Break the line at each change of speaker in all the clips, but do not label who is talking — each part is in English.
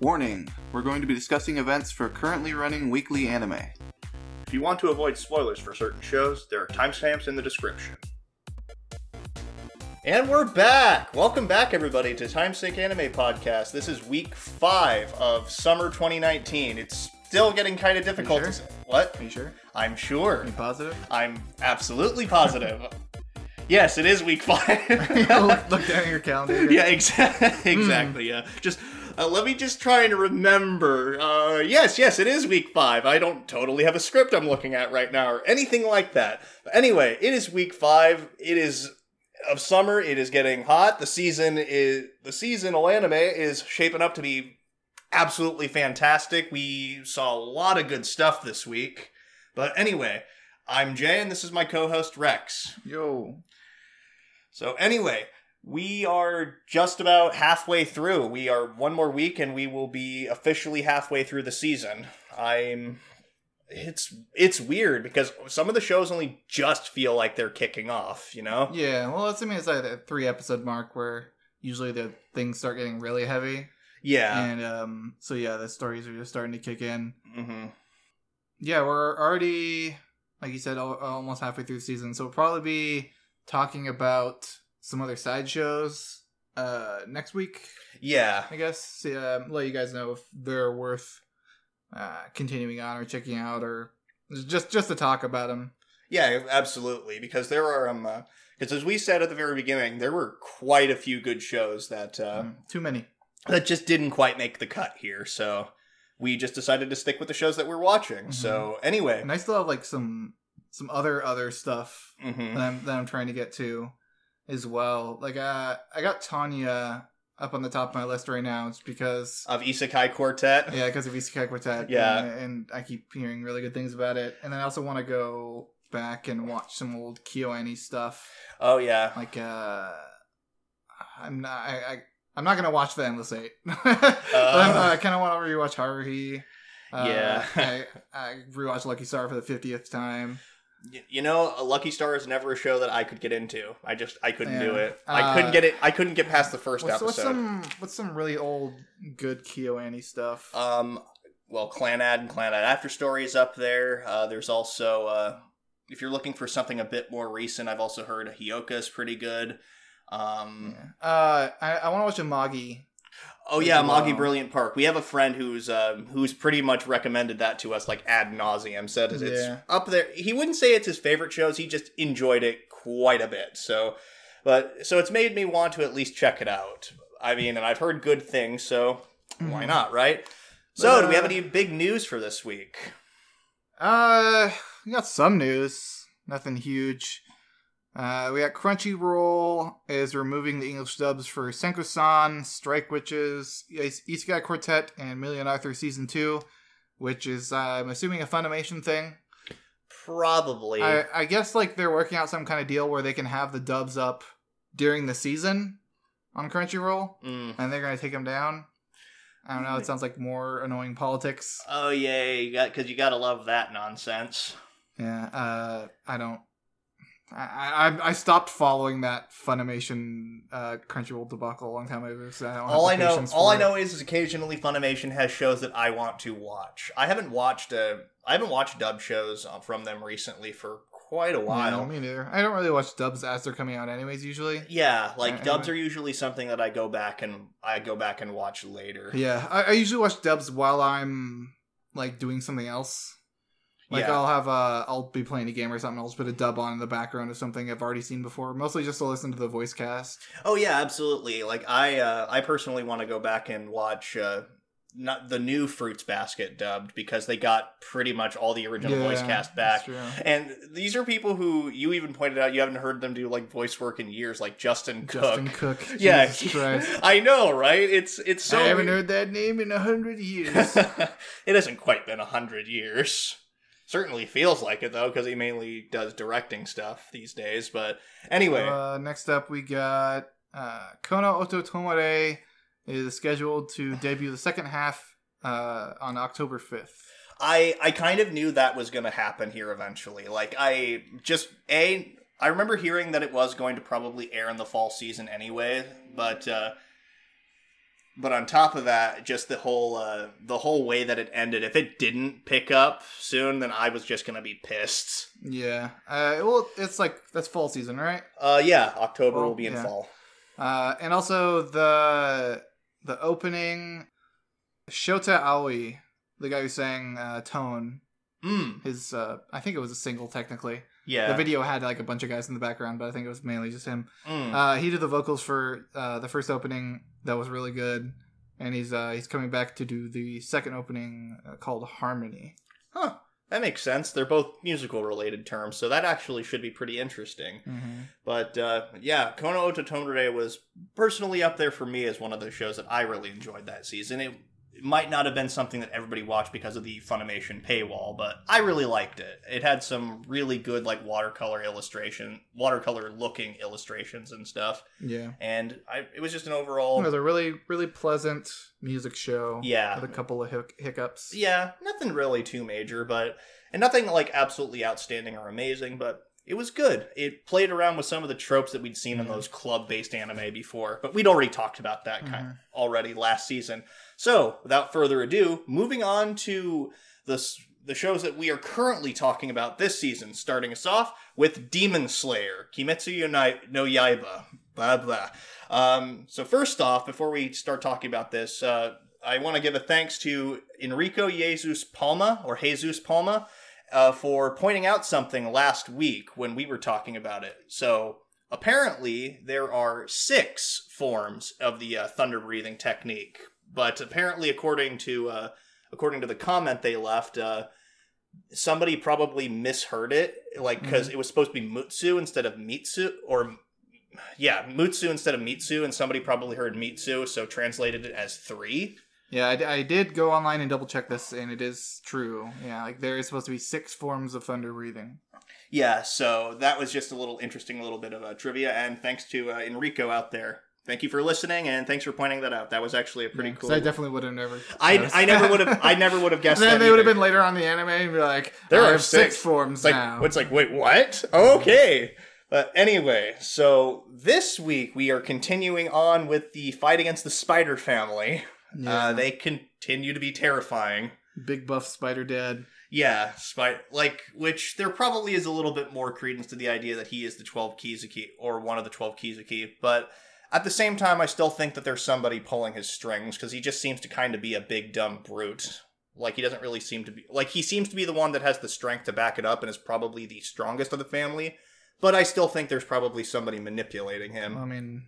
Warning We're going to be discussing events for currently running weekly anime.
If you want to avoid spoilers for certain shows, there are timestamps in the description. And we're back! Welcome back, everybody, to Timesync Anime Podcast. This is week five of summer 2019. It's still getting kind of difficult
sure?
to say. What?
Are you sure?
I'm sure.
Are you positive?
I'm absolutely positive. yes, it is week five.
Look- Look down at your calendar.
yeah, exactly. exactly. Yeah. Just uh, let me just try and remember. Uh, yes, yes, it is week five. I don't totally have a script I'm looking at right now or anything like that. But anyway, it is week five. It is of summer. It is getting hot. The season is the seasonal anime is shaping up to be absolutely fantastic. We saw a lot of good stuff this week. But anyway, I'm Jay, and this is my co-host Rex.
Yo.
So anyway, we are just about halfway through. We are one more week and we will be officially halfway through the season. I'm it's it's weird because some of the shows only just feel like they're kicking off, you know?
Yeah, well, let's I mean, it's like that three episode mark where usually the things start getting really heavy.
Yeah.
And um, so, yeah, the stories are just starting to kick in.
hmm
Yeah, we're already, like you said, al- almost halfway through the season. So we'll probably be talking about some other side shows uh, next week,
Yeah.
I guess. See, um, let you guys know if they're worth uh, continuing on or checking out or just just to talk about them.
Yeah, absolutely. Because there are um because as we said at the very beginning, there were quite a few good shows that uh,
Um, Too many.
that just didn't quite make the cut here. So we just decided to stick with the shows that we're watching. So anyway,
And I still have like some some other other stuff
hmm
that I'm that I'm trying to get to as well. Like uh, I got Tanya up on the top of my list right now. It's because
of Isekai Quartet.
Yeah, because of Isekai Quartet.
Yeah.
and, and I keep hearing really good things about it. And then I also want to go back and watch some old KyoAni stuff.
Oh yeah.
Like, uh, I'm not, I, I I'm not gonna watch the Endless Eight. But I'm- i kind of want to rewatch Haruhi. Uh,
Oh. Yeah.
I, I rewatched Lucky Star for the fiftieth time.
Y- You know, a Lucky Star is never a show that I could get into. I just I couldn't do
Yeah.
it. I
Uh,
couldn't get it. I couldn't get past the first
What's,
episode.
what's some what's some really old good KyoAni stuff?
Um, well, Clanad and Clanad After Story is up there. Uh, there's also uh, if you're looking for something a bit more recent, I've also heard Hioka is pretty good. Um,
Yeah. Uh, I, I want to watch Amagi.
Oh yeah,
Wow.
Moggy Brilliant Park. We have a friend who's um, who's pretty much recommended that to us like ad nauseum. Said it's
Yeah.
up there. He wouldn't say it's his favorite shows. He just enjoyed it quite a bit. So, but so it's made me want to at least check it out. I mean, and I've heard good things, so why not, right? So, do we have
Mm-hmm. Uh,
any big news for this week?
Uh, we got some news. Nothing huge. Uh, we got Crunchyroll is removing the English dubs for Senko-san, Strike Witches, Is- Isekai Quartet, and Million Arthur Season 2, which is, uh, I'm assuming, a Funimation thing.
Probably.
I, I guess, like, they're working out some kind of deal where they can have the dubs up during the season on Crunchyroll,
Mm.
and they're going to take them down. I don't know, it sounds like more annoying politics.
Oh yeah, you got because you gotta love that nonsense.
Yeah, uh, I don't. I, I I stopped following that Funimation uh, Crunchyroll debacle a long time ago. So I don't
all I
have the
know,
patience
all
for
I
it.
know is, is occasionally Funimation has shows that I want to watch. I haven't watched a, I haven't watched dub shows uh, from them recently for quite a
No,
while.
me neither. I don't really watch dubs as they're coming out, anyways. Usually,
Yeah, like
Yeah,
dubs
I-
are usually something that I go back and I go back and watch later.
yeah. I, I usually watch dubs while I'm like doing something else. Like
Yeah.
I'll have uh, I'll be playing a game or something. I'll just put a dub on in the background of something I've already seen before. Mostly just to listen to the voice cast.
Oh yeah, absolutely. Like I, uh, I personally want to go back and watch. Uh, not the new Fruits Basket dubbed because they got pretty much all the original voice
Yeah,
cast back.
that's true.
And these are people who you even pointed out you haven't heard them do like voice work in years, like Justin Cook.
Justin Cook.
Yeah,
Jesus Christ.
I know, right? It's it's so.
I haven't heard that name in a hundred years. Uh,
it hasn't quite been a hundred years. Certainly feels like it though, because he mainly does directing stuff these days. But anyway,
Uh, next up, we got uh, Kono Ototomare is scheduled to debut the second half uh, on October 5th.
I I kind of knew that was going to happen here eventually. Like I just a I remember hearing that it was going to probably air in the fall season anyway, but uh But on top of that, just the whole uh, the whole way that it ended. If it didn't pick up soon, then I was just gonna be pissed.
Yeah. Uh, well, it's like that's fall season, right?
Uh, yeah, October will be in
Yeah.
fall.
Uh, and also the the opening, Shota Aoi, the guy who sang uh, "Tone,"
Mm.
his uh, I think it was a single technically.
Yeah.
The video had like a bunch of guys in the background, but I think it was mainly just him.
Mm.
Uh, he did the vocals for uh, the first opening that was really good, and he's uh, he's coming back to do the second opening uh, called Harmony.
Huh. That makes sense. They're both musical related terms, so that actually should be pretty interesting. But uh, yeah, Kono Ototomare was personally up there for me as one of the shows that I really enjoyed that season. It, it might not have been something that everybody watched because of the Funimation paywall, but I really liked it. It had some really good like watercolor illustration, watercolor looking illustrations and stuff,
Yeah,
and I, it was just an
it
overall.
was a really really pleasant music show.
Yeah,
with a couple of hic- hiccups.
Yeah, nothing really too major, but and nothing like absolutely outstanding or amazing, but it was good. It played around with some of the tropes that we'd seen in
Mhm.
those club-based anime before, but we'd already talked about that kind
Mhm.
already last season. So, without further ado, moving on to the s- the shows that we are currently talking about this season, starting us off with Demon Slayer, Kimetsu yo Nai- no Yaiba, blah blah. Um, so first off, before we start talking about this, uh, I want to give a thanks to Enrico Jesus Palma or Jesus Palma uh, for pointing out something last week when we were talking about it. So apparently there are six forms of the uh, thunder breathing technique, but apparently according to uh, according to the comment they left. Uh, Somebody probably misheard it, like because it was supposed to be mutsu instead of mitsu or yeah, Mutsu instead of Mitsu, and somebody probably heard Mitsu, so translated it as three.
Yeah, I, d- I did go online and double check this, and it is true. Yeah, like there is supposed to be six forms of thunder breathing.
Yeah, so that was just a little interesting little bit of uh, trivia, and thanks to uh, Enrico out there. Thank you for listening, and thanks for pointing that out. That was actually a pretty
Yeah, 'cause
cool.
I definitely would have never.
I,
noticed.
I never would have I never would have guessed
then
that
they would have
either.
been later on the anime and be like,
There
"I
are
have six,
six."
forms
It's like
now."
it's like wait what? Okay. But anyway, so this week we are continuing on with the fight against the spider family.
Yeah.
Uh, they continue to be terrifying.
Big buff spider dead.
Yeah, spy like which there probably is a little bit more credence to the idea that he is the twelve Kizuki or one of the twelve Kizuki, but at the same time, I still think that there's somebody pulling his strings because he just seems to kind of be a big dumb brute. Like he doesn't really seem to be like he seems to be the one that has the strength to back it up and is probably the strongest of the family. But I still think there's probably somebody manipulating him.
I mean,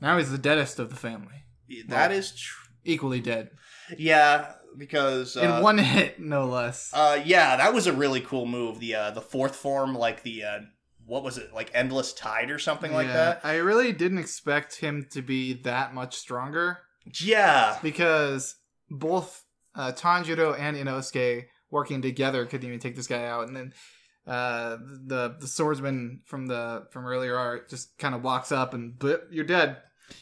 now he's the deadest of the family,
That is, tr-
equally dead
yeah, because uh,
in one hit, no less.
Uh, yeah, that was a really cool move. The uh, the fourth form, like the uh, what was it, like endless tide or something like
Yeah,
that.
I really didn't expect him to be that much stronger
Yeah,
because both uh, Tanjiro and Inosuke working together couldn't even take this guy out, and then uh, the the swordsman from the from earlier art just kind of walks up and blip, you're dead.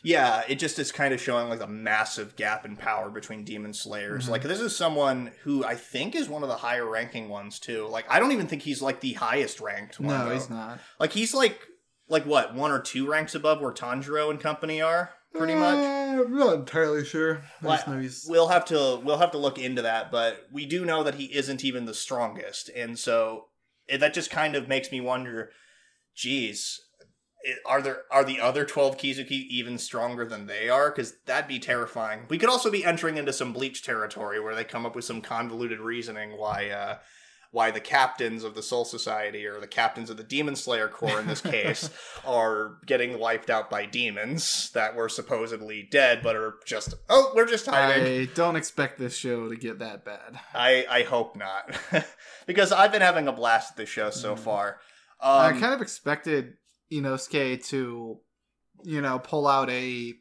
yeah. It just is kind of showing like a massive gap in power between demon slayers.
Mhm.
Like this is someone who I think is one of the higher ranking ones too. Like I don't even think he's like the highest ranked one.
No,
though.
he's not.
Like he's like like what one or two ranks above where Tanjiro and company are. Pretty much.
Uh, I'm not entirely sure. I
Well,
just know he's
we'll have to we'll have to look into that but we do know that he isn't even the strongest and so it, that just kind of makes me wonder geez i- are there are the other 12 kizuki even stronger than they are because that'd be terrifying we could also be entering into some bleach territory where they come up with some convoluted reasoning why uh why the captains of the Soul Society or the captains of the Demon Slayer Corps in this case are getting wiped out by demons that were supposedly dead but are just oh we're just hiding.
I don't expect this show to get that bad.
I, I hope not. because I've been having a blast at this show so
Mm.
far.
I
Um,
kind of expected Inosuke to, you know, pull out a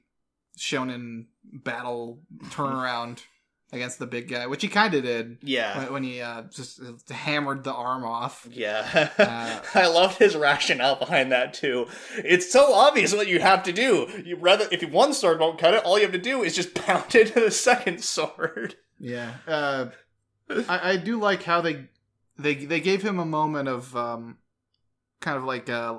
shonen battle turnaround against the big guy, which he kind of did
yeah.
when, when he uh, just hammered the arm off.
Yeah.
Uh,
I loved his rationale behind that too. It's so obvious what you have to do. You rather if one sword won't cut it, all you have to do is just pound into the second sword.
Yeah, uh, I, I do like how they they they gave him a moment of um, kind of like uh,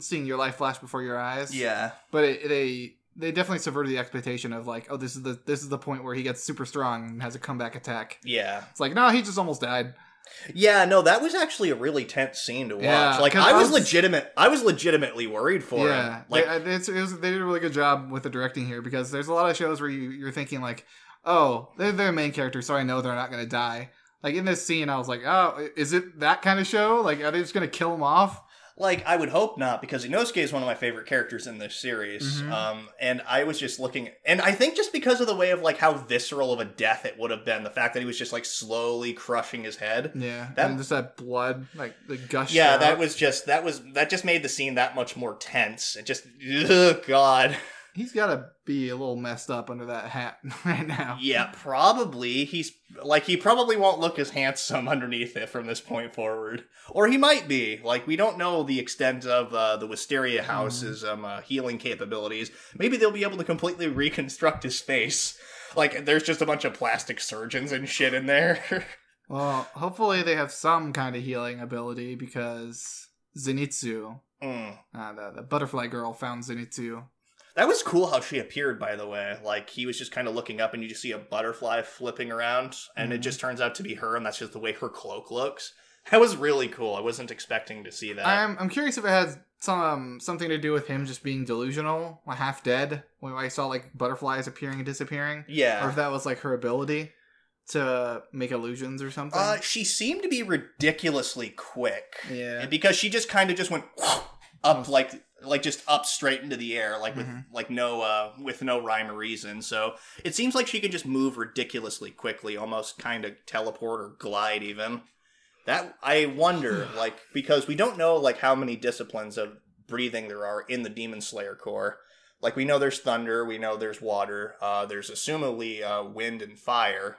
seeing your life flash before your eyes.
Yeah.
but it, they they definitely subverted the expectation of like, oh, this is the this is the point where he gets super strong and has a comeback attack.
Yeah.
It's like, no, he just almost died.
Yeah, no, that was actually a really tense scene to watch.
Yeah,
like
'cause
I
I
was
was-
legitimate I was legitimately worried for
yeah,
him. Like
they, I- it's, it was, they did a really good job with the directing here because there's a lot of shows where you, you're thinking like, oh, they're their main character, so I know they're not gonna die. Like in this scene, I was like, oh, i- is it that kind of show? Like, are they just gonna kill him off?
like I would hope not because Inosuke is one of my favorite characters in this series.
Mhm.
Um and I was just looking and I think just because of the way of like how visceral of a death it would have been, the fact that he was just like slowly crushing his head.
Yeah,
That-
and just that blood, like the gush.
Yeah,
out.
that was just that was that just made the scene that much more tense. It just ugh, god.
He's gotta be a little messed up under that hat right now.
Yeah, probably. He's like he probably won't look as handsome underneath it from this point forward, or he might be. Like we don't know the extent of uh, the Wisteria House's um, uh, healing capabilities. Maybe they'll be able to completely reconstruct his face. Like there's just a bunch of plastic surgeons and shit in there.
Well, hopefully they have some kind of healing ability because Zenitsu,
Mm.
uh, the, the butterfly girl, found Zenitsu.
That was cool how she appeared, by the way. Like he was just kind of looking up, and you just see a butterfly flipping around, and it
Mhm.
just turns out to be her, and that's just the way her cloak looks. That was really cool. I wasn't expecting to see that.
I'm I'm curious if it had some um, something to do with him just being delusional, like half dead, when I saw like butterflies appearing and disappearing,
yeah.
or if that was like her ability to make illusions or something.
Uh, she seemed to be ridiculously quick
yeah.
because she just kind of just went up like like just up straight into the air like with
Mhm.
like no uh with no rhyme or reason so it seems like she can just move ridiculously quickly almost kind of teleport or glide even that i wonder like because we don't know like how many disciplines of breathing there are in the demon slayer core like we know there's thunder we know there's water uh there's assumably uh wind and fire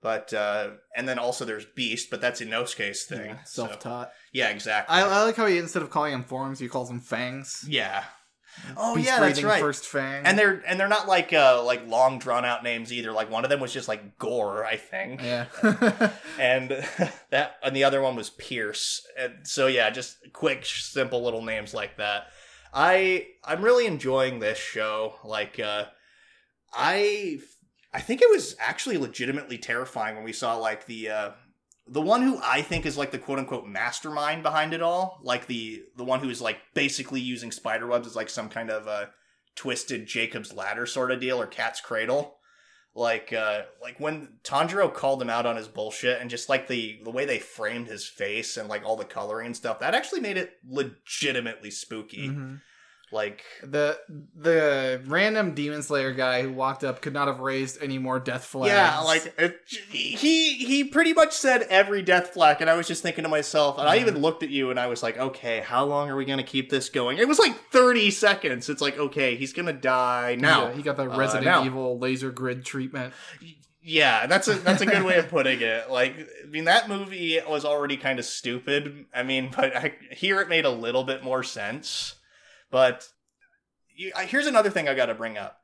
but uh and then also there's beast but that's inosuke's thing
Yeah,
so-
self-taught.
yeah exactly
I, I like how he instead of calling him forms, he calls them fangs.
yeah. Oh
Beast
yeah, that's
breathing
right.
First fang,
And they're and they're not like uh like long drawn out names either. Like one of them was just like Gore, I think.
yeah.
And that and the other one was Pierce. And so yeah, just quick simple little names like that. I I'm really enjoying this show. Like uh I I think it was actually legitimately terrifying when we saw like the uh the one who I think is like the quote unquote mastermind behind it all, like the the one who is like basically using spider webs as like some kind of uh twisted Jacob's ladder sort of deal or cat's cradle. Like uh like when Tanjiro called him out on his bullshit and just like the the way they framed his face and like all the coloring and stuff, that actually made it legitimately spooky.
Mhm.
Like
The the random demon slayer guy who walked up could not have raised any more death flags.
Yeah, like it, he he pretty much said every death flag, and I was just thinking to myself, and I even looked at you, and I was like, okay, how long are we gonna keep this going? It was like thirty seconds. It's like, okay, he's gonna die now.
Yeah, he got the
Uh,
Resident
now.
Evil laser grid treatment.
Yeah, that's a that's a good way of putting it. Like, I mean, that movie was already kind of stupid. I mean, but I, here it made a little bit more sense. But you, I, here's another thing I got to bring up: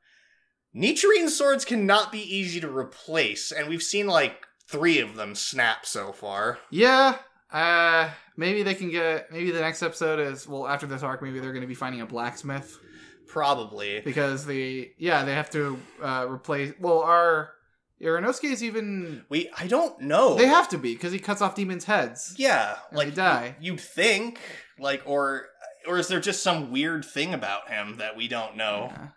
Nichirin swords cannot be easy to replace, and we've seen like three of them snap so far.
Yeah. Uh maybe they can get maybe the next episode is well after this arc maybe they're going to be finding a blacksmith
Probably.
because they yeah, they have to uh replace well our Irinosuke is even
We I don't know.
they have to be cuz he cuts off demons heads.
yeah,
And
like
they die.
You'd think, like, or or is there just some weird thing about him that we don't know?
Yeah.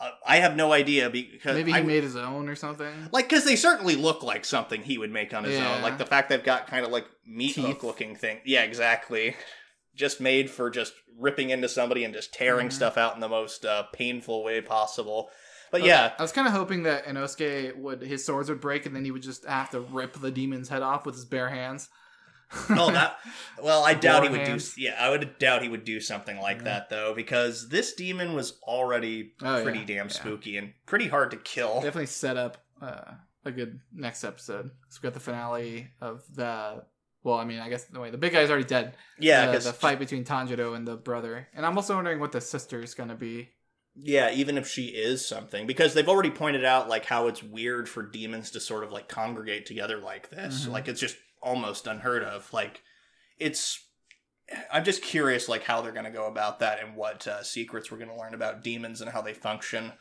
Uh, I have no idea because
Maybe he
I,
made his own or something.
like because they certainly look like something he would make on his
Yeah.
own. Like the fact they've got kind of like meat
Teeth.
hook looking thing. Yeah, exactly. Just made for just ripping into somebody and just tearing
Mhm.
stuff out in the most uh, painful way possible.
Oh,
But yeah,
I was kind of hoping that Inosuke would his swords would break and then he would just have to rip the demon's head off with his bare hands.
oh that. Well, I doubt he would do.
hands.
Yeah, I would doubt he would do something like
Yeah.
that though, because this demon was already
Oh,
pretty
yeah,
damn
yeah.
spooky and pretty hard to kill.
Definitely set up uh, a good next episode. So we got the finale of the. Well, I mean, I guess the way the big guy's already dead.
yeah,
the,
because
the fight between Tanjiro and the brother, and I'm also wondering what the sister is going to be.
Yeah, even if she is something, because they've already pointed out like how it's weird for demons to sort of like congregate together like this.
Mhm.
Like it's just almost unheard of. Like it's I'm just curious, like how they're going to go about that and what uh, secrets we're going to learn about demons and how they function.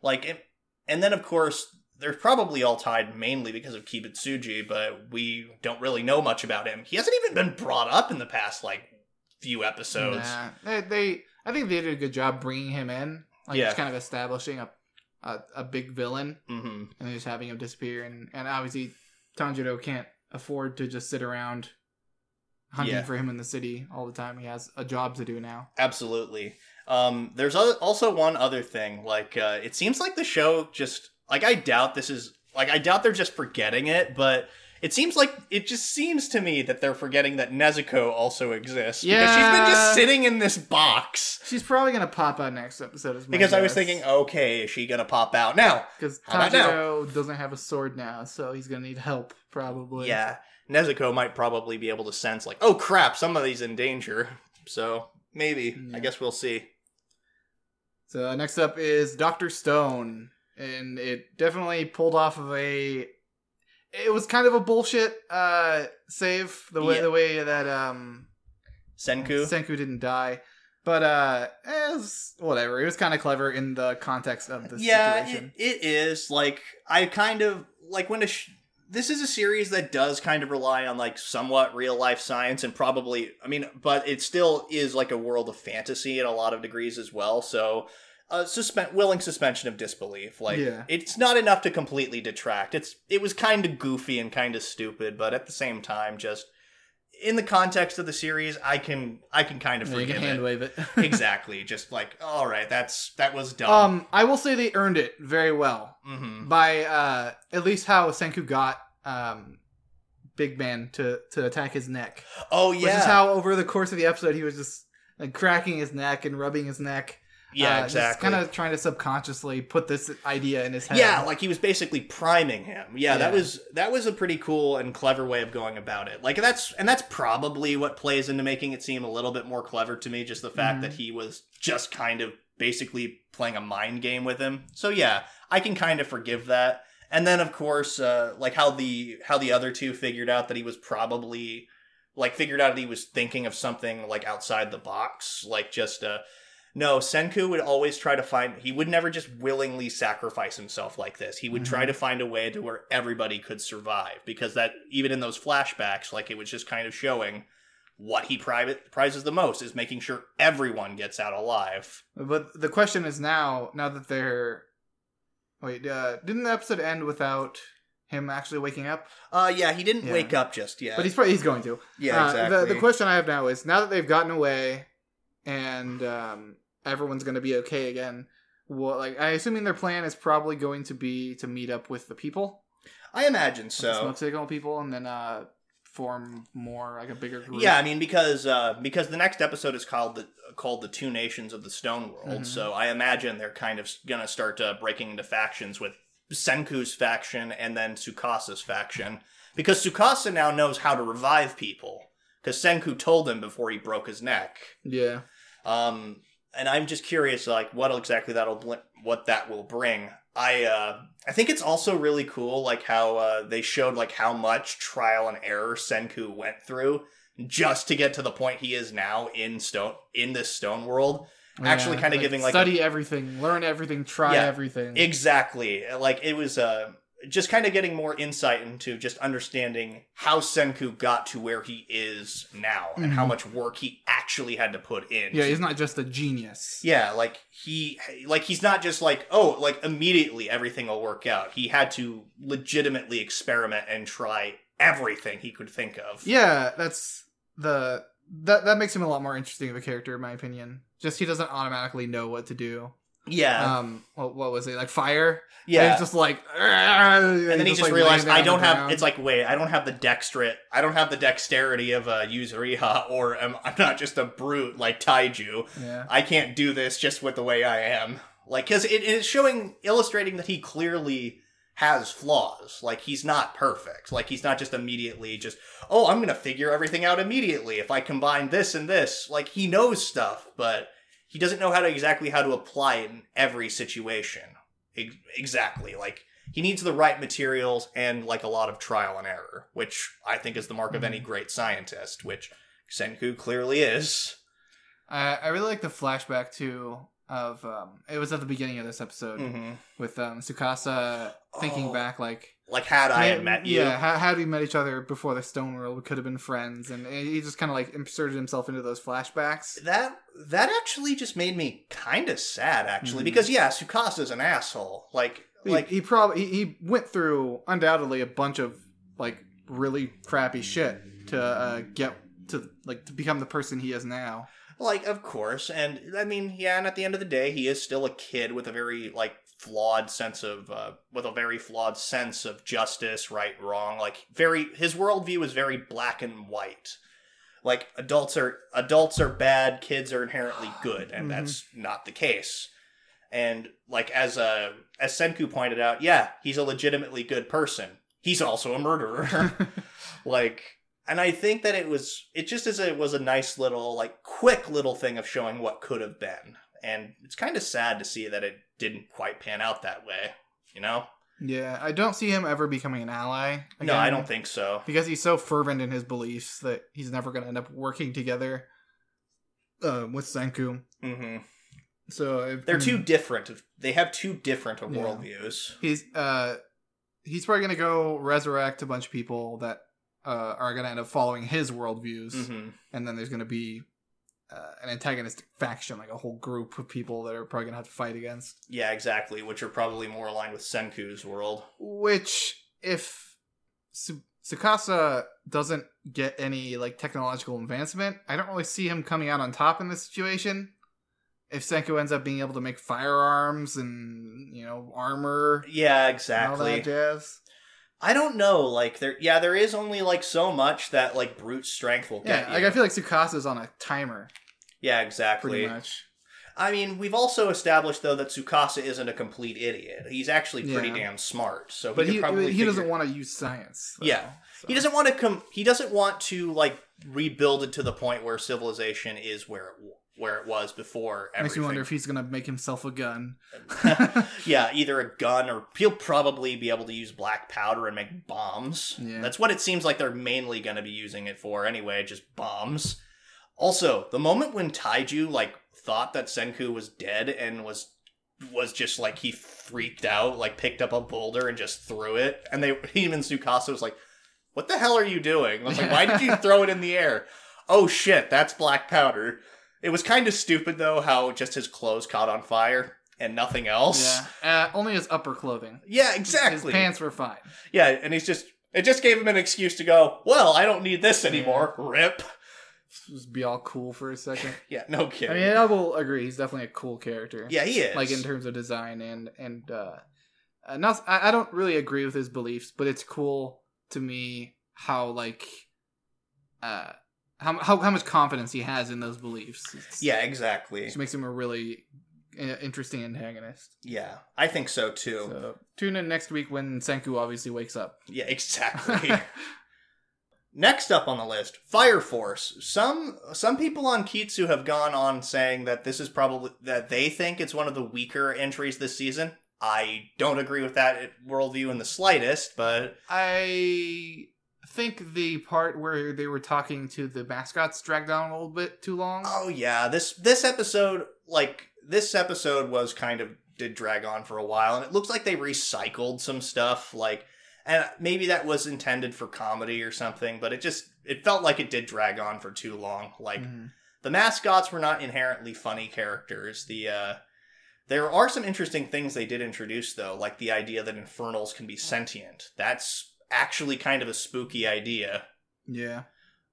Like, it, and then of course they're probably all tied mainly because of Kibitsuji, but we don't really know much about him. He hasn't even been brought up in the past like few episodes.
Nah, they, they, I think they did a good job bringing him in, like
Yeah.
just kind of establishing a, a a big villain
hmm
and then just having him disappear. And and obviously Tanjiro can't afford to just sit around hunting
Yeah.
for him in the city all the time. He has a job to do now.
Absolutely. Um, there's other, also one other thing. Like, uh, it seems like the show just like I doubt this is like I doubt they're just forgetting it, but it seems like it just seems to me that they're forgetting that Nezuko also exists because she's been
Yeah.
just sitting in this box.
She's probably gonna pop out next episode. Is my
Because I was
guess.
thinking, okay, is she gonna pop out now?
Because
How about now?
Tanjiro doesn't have a sword now, so he's gonna need help probably.
Yeah, Nezuko might probably be able to sense like, oh crap, somebody's in danger. So maybe
Yeah.
I guess we'll see.
So uh, next up is Doctor Stone, and it definitely pulled off of a. It was kind of a bullshit uh, save the way
Yeah.
the way that um,
Senku.
Senku didn't die, but uh, it was, whatever. It was kind of clever in the context of the
yeah,
situation.
it, it is like I kind of like when a sh- this is a series that does kind of rely on like somewhat real life science and probably I mean, but it still is like a world of fantasy in a lot of degrees as well. So. Uh, suspen- willing suspension of disbelief like
Yeah.
it's not enough to completely detract it's it was kind of goofy and kind of stupid but at the same time just in the context of the series i can i can kind of
Yeah, you can
forgive
hand
it
wave it.
exactly just like all right that's that was dumb
um, I will say they earned it very well
hmm
by uh, at least how Senku got um, Big Man to to attack his neck.
Oh
Which is
yeah,
how over the course of the episode he was just like cracking his neck and rubbing his neck.
yeah,
uh,
exactly.
Just kind of trying to subconsciously put this idea in his head.
yeah, like he was basically priming him. Yeah, that
Yeah.
was that was a pretty cool and clever way of going about it. Like that's and that's probably what plays into making it seem a little bit more clever to me. Just the fact
Mhm.
that he was just kind of basically playing a mind game with him. So yeah, I can kind of forgive that. And then of course, uh, like how the how the other two figured out that he was probably like figured out that he was thinking of something like outside the box, like just uh no, Senku would always try to find he would never just willingly sacrifice himself like this. He would
Mm-hmm.
try to find a way to where everybody could survive because that even in those flashbacks like it was just kind of showing what he private prizes the most is making sure everyone gets out alive.
But the question is now, now that they're wait, uh, didn't the episode end without him actually waking up?
Uh yeah, he didn't
Yeah.
wake up just yet.
But he's probably he's going to.
yeah,
Uh,
exactly.
the, the question I have now is now that they've gotten away and um, everyone's going to be okay again. Well, like I assuming their plan is probably going to be to meet up with the people.
I imagine
so
so.
smoke signal people and then uh form more like a bigger group
Yeah, I mean because uh, because the next episode is called the called the Two Nations of the Stone World,
Mhm.
so I imagine they're kind of gonna start uh, breaking into factions with Senku's faction and then Tsukasa's faction because Tsukasa now knows how to revive people because Senku told him before he broke his neck.
yeah
Um, and I'm just curious, like, what exactly that'll bl- what that will bring. I uh, I think it's also really cool, like how uh, they showed like how much trial and error Senku went through just to get to the point he is now in stone in this stone world. Actually
Yeah,
kinda giving, like,
study everything learn everything try
Yeah,
everything
Exactly, like it was uh, just kind of getting more insight into just understanding how Senku got to where he is now and how
Mhm.
much work he actually had to put in.
yeah
to
he's not just a genius
Yeah, like he like he's not just like, oh, like immediately everything will work out. He had to legitimately experiment and try everything he could think of.
yeah that's the that that makes him a lot more interesting of a character in my opinion just he doesn't automatically know what to do
Yeah.
um what, what was it like fire
yeah.
and it's just like and,
and then he just,
like,
realized
laying
I
down on
don't
the
have
ground.
it's like wait, I don't have the dexterate I don't have the dexterity of a uh, Yuzuriha or am, I'm not just a brute like Taiju.
yeah
I can't do this just with the way I am. Like, because it is showing, illustrating that he clearly has flaws. Like, he's not perfect. Like, he's not just immediately just, oh, I'm going to figure everything out immediately if I combine this and this. Like, he knows stuff, but he doesn't know how to exactly how to apply it in every situation. Ex- exactly. Like, he needs the right materials and, like, a lot of trial and error, which I think is the mark of any great scientist, which Senku clearly is.
I, I really like the flashback too of um, it was at the beginning of this episode
Mhm.
with um, Sukasa thinking
Oh.
back like
Like, had I
"Ma-
had met you,
Yeah, ha- had we met each other before the Stone World, we could have been friends. And he just kind of like inserted himself into those flashbacks.
that that actually just made me kind of sad, actually,
Mhm.
because yeah, Sukasa's an asshole. Like,
like
like
he, probably he, he went through undoubtedly a bunch of like really crappy shit to uh, get to like to become the person he is now.
Like, of course. And I mean, yeah, and at the end of the day, he is still a kid with a very, like, flawed sense of, uh, with a very flawed sense of justice, right, wrong. Like, very, his worldview is very black and white. Like, adults are, adults are bad, kids are inherently good, and
Mhm.
that's not the case. And, like, as, uh, as Senku pointed out, yeah, he's a legitimately good person. He's also a murderer. like and i think that it was it just as it was a nice little like quick little thing of showing what could have been and it's kind of sad to see that it didn't quite pan out that way you know
yeah, I don't see him ever becoming an ally.
no i
again,
don't think so
because he's so fervent in his beliefs that he's never going to end up working together uh, with Senku.
hmm
So if,
they're
I mean,
too different they have two different
Hmm. Yeah.
worldviews
He's uh, he's probably gonna go resurrect a bunch of people that uh, are gonna end up following his worldviews,
hmm
and then there's gonna be uh, an antagonistic faction, like a whole group of people that are probably gonna have to fight against.
yeah exactly which are probably more aligned with senku's world
Which, if Su- Sukasa doesn't get any like technological advancement, I don't really see him coming out on top in this situation. If Senku ends up being able to make firearms and you know armor,
yeah
and all
exactly
that jazz.
i don't know like there yeah there is only like so much that like brute strength will
Yeah,
get
like
you.
I feel like Sukasa's on a timer,
yeah exactly
pretty much.
I mean, we've also established though that Tsukasa isn't a complete idiot. He's actually pretty
Yeah.
damn smart. So,
But
could
he
probably
he doesn't
figure-
want to use science. though,
Yeah.
so.
He doesn't want to come. He doesn't want to like rebuild it to the point where civilization is where it w- where it was before. Everything.
Makes me wonder if he's gonna make himself a gun.
yeah, either a gun or he'll probably be able to use black powder and make bombs.
Yeah.
That's what it seems like they're mainly going to be using it for anyway, just bombs. Also, the moment when Taiju like thought that Senku was dead and was was just like he freaked out, like picked up a boulder and just threw it, and they even Tsukasa was like, "What the hell are you doing?" I was like, "Why did you throw it in the air?" Oh shit, that's black powder. It was kind of stupid though how just his clothes caught on fire and nothing else.
yeah, uh, only his upper clothing.
Yeah,
His- His
exactly.
pants were fine.
Yeah, and he's just it just gave him an excuse to go, "Well, I don't need this anymore." Rip.
Just be all cool for a second.
Yeah, no
I
kidding.
mean, I will agree. He's definitely a cool character.
yeah, he is.
Oh, like in terms of design and and uh, uh not I, I don't really agree with his beliefs but it's cool to me how like uh how how, how much confidence he has in those beliefs It's-
yeah, exactly.
which makes him a really uh, interesting antagonist
Yeah, I think so too.
so tune in next week when senku obviously wakes up
Yeah, exactly. Next up on the list, Fire Force. Some some people on Kitsu have gone on saying that this is probably that they think it's one of the weaker entries this season. I don't agree with that worldview in the slightest, but
i think the part where they were talking to the mascots dragged on a little bit too long
Oh yeah, this this episode like this episode was kind of did drag on for a while and it looks like they recycled some stuff like and maybe that was intended for comedy or something, but it just it felt like it did drag on for too long. Like
Mhm.
the mascots were not inherently funny characters. The uh there are some interesting things they did introduce though, like the idea that infernals can be sentient. That's actually kind of a spooky idea
yeah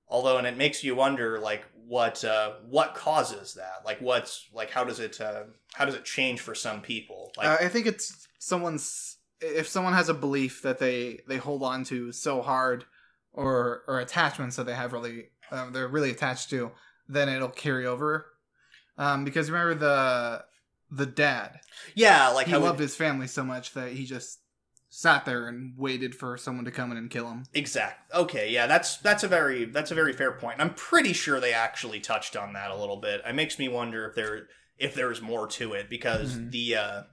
although and it makes you wonder like what uh what causes that like what's like how does it uh how does it change for some people like
uh, I think it's someone's if someone has a belief that they they hold on to so hard or or attachments that they have really um, they're really attached to, then it'll carry over. Um, because remember the the dad,
yeah like
he
how
loved his family so much that he just sat there and waited for someone to come in and kill him.
exact okay yeah that's that's a very that's a very fair point point. i'm pretty sure they actually touched on that a little bit it makes me wonder if there if there's more to it because
Mhm.
the uh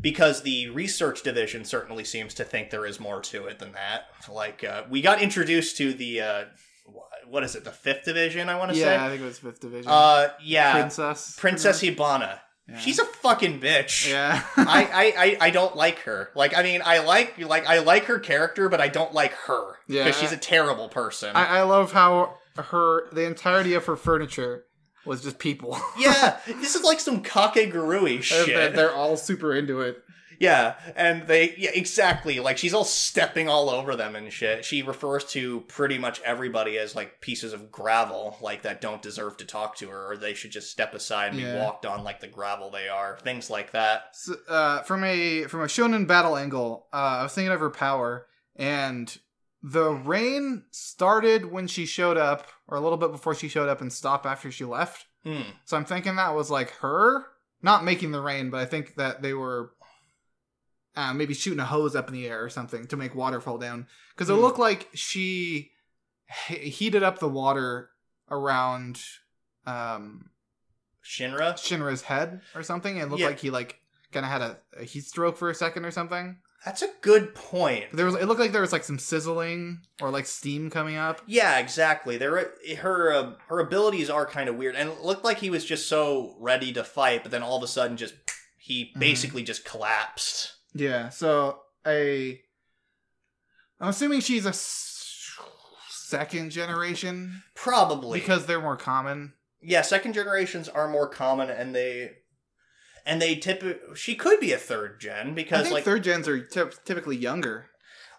because the research division certainly seems to think there is more to it than that like uh we got introduced to the uh wh- what is it, the fifth division? I want to
yeah, I
say.
think it was Fifth Division.
Uh, yeah,
Princess.
Princess Hibana.
Yeah.
She's a fucking bitch.
Yeah.
I, I, I, I don't like her. Like I mean, I like like I like her character, but I don't like her
Yeah.
because she's a terrible person.
I, I love how her the entirety of her furniture was just people.
yeah, this is like some kakegurui shit.
They're- They're all super into it.
Yeah, and they yeah exactly like she's all stepping all over them and shit. She refers to pretty much everybody as like pieces of gravel, like that don't deserve to talk to her, or they should just step aside and be
Yeah.
walked on like the gravel they are, things like that.
So, uh, from a from a shonen battle angle, uh, I was thinking of her power, and the rain started when she showed up, or a little bit before she showed up, and stopped after she left.
Hmm.
So I'm thinking that was like her not making the rain, but I think that they were uh, maybe shooting a hose up in the air or something to make water fall down because it
Hmm.
looked like she he- heated up the water around um
Shinra.
Shinra's head or something. It looked
Yeah.
like he like kind of had a, a heat stroke for a second or something.
That's a good point.
There was it looked like there was like some sizzling or like steam coming up.
Yeah, exactly. There, her uh, her abilities are kind of weird, and it looked like he was just so ready to fight, but then all of a sudden, just he
Mhm.
basically just collapsed.
Yeah. So a I'm assuming she's a s- second generation
Probably
because they're more common.
yeah, second generations are more common, and they and they tip. She could be a third gen
I
because
think
like
third gens are typ typically younger.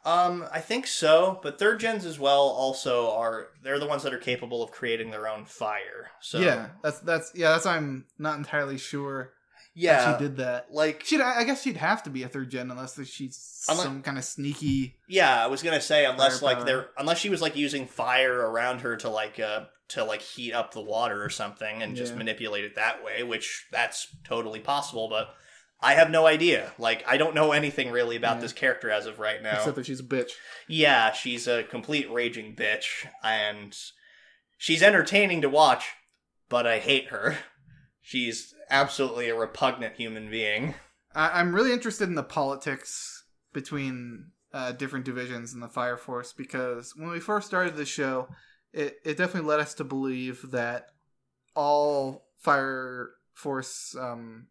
um I think so, but third gens as well also are they're the ones that are capable of creating their own fire. So
Yeah, that's that's yeah, that's why I'm not entirely sure
yeah,
that she did that.
like
She'd I I guess she'd have to be a third gen unless she's
Unless-
some kind of sneaky.
Yeah, I was gonna say unless like
Firepower.
they're unless she was like using fire around her to like uh to like heat up the water or something and just
Yeah.
manipulate it that way, which that's totally possible, but I have no idea. Like I don't know anything really about
Yeah.
this character as of right now.
Except that she's a bitch.
yeah, she's a complete raging bitch and she's entertaining to watch, but I hate her. She's absolutely a repugnant human being.
I, I'm really interested in the politics between uh, different divisions in the Fire Force because when we first started the show, it, it definitely led us to believe that all Fire Force um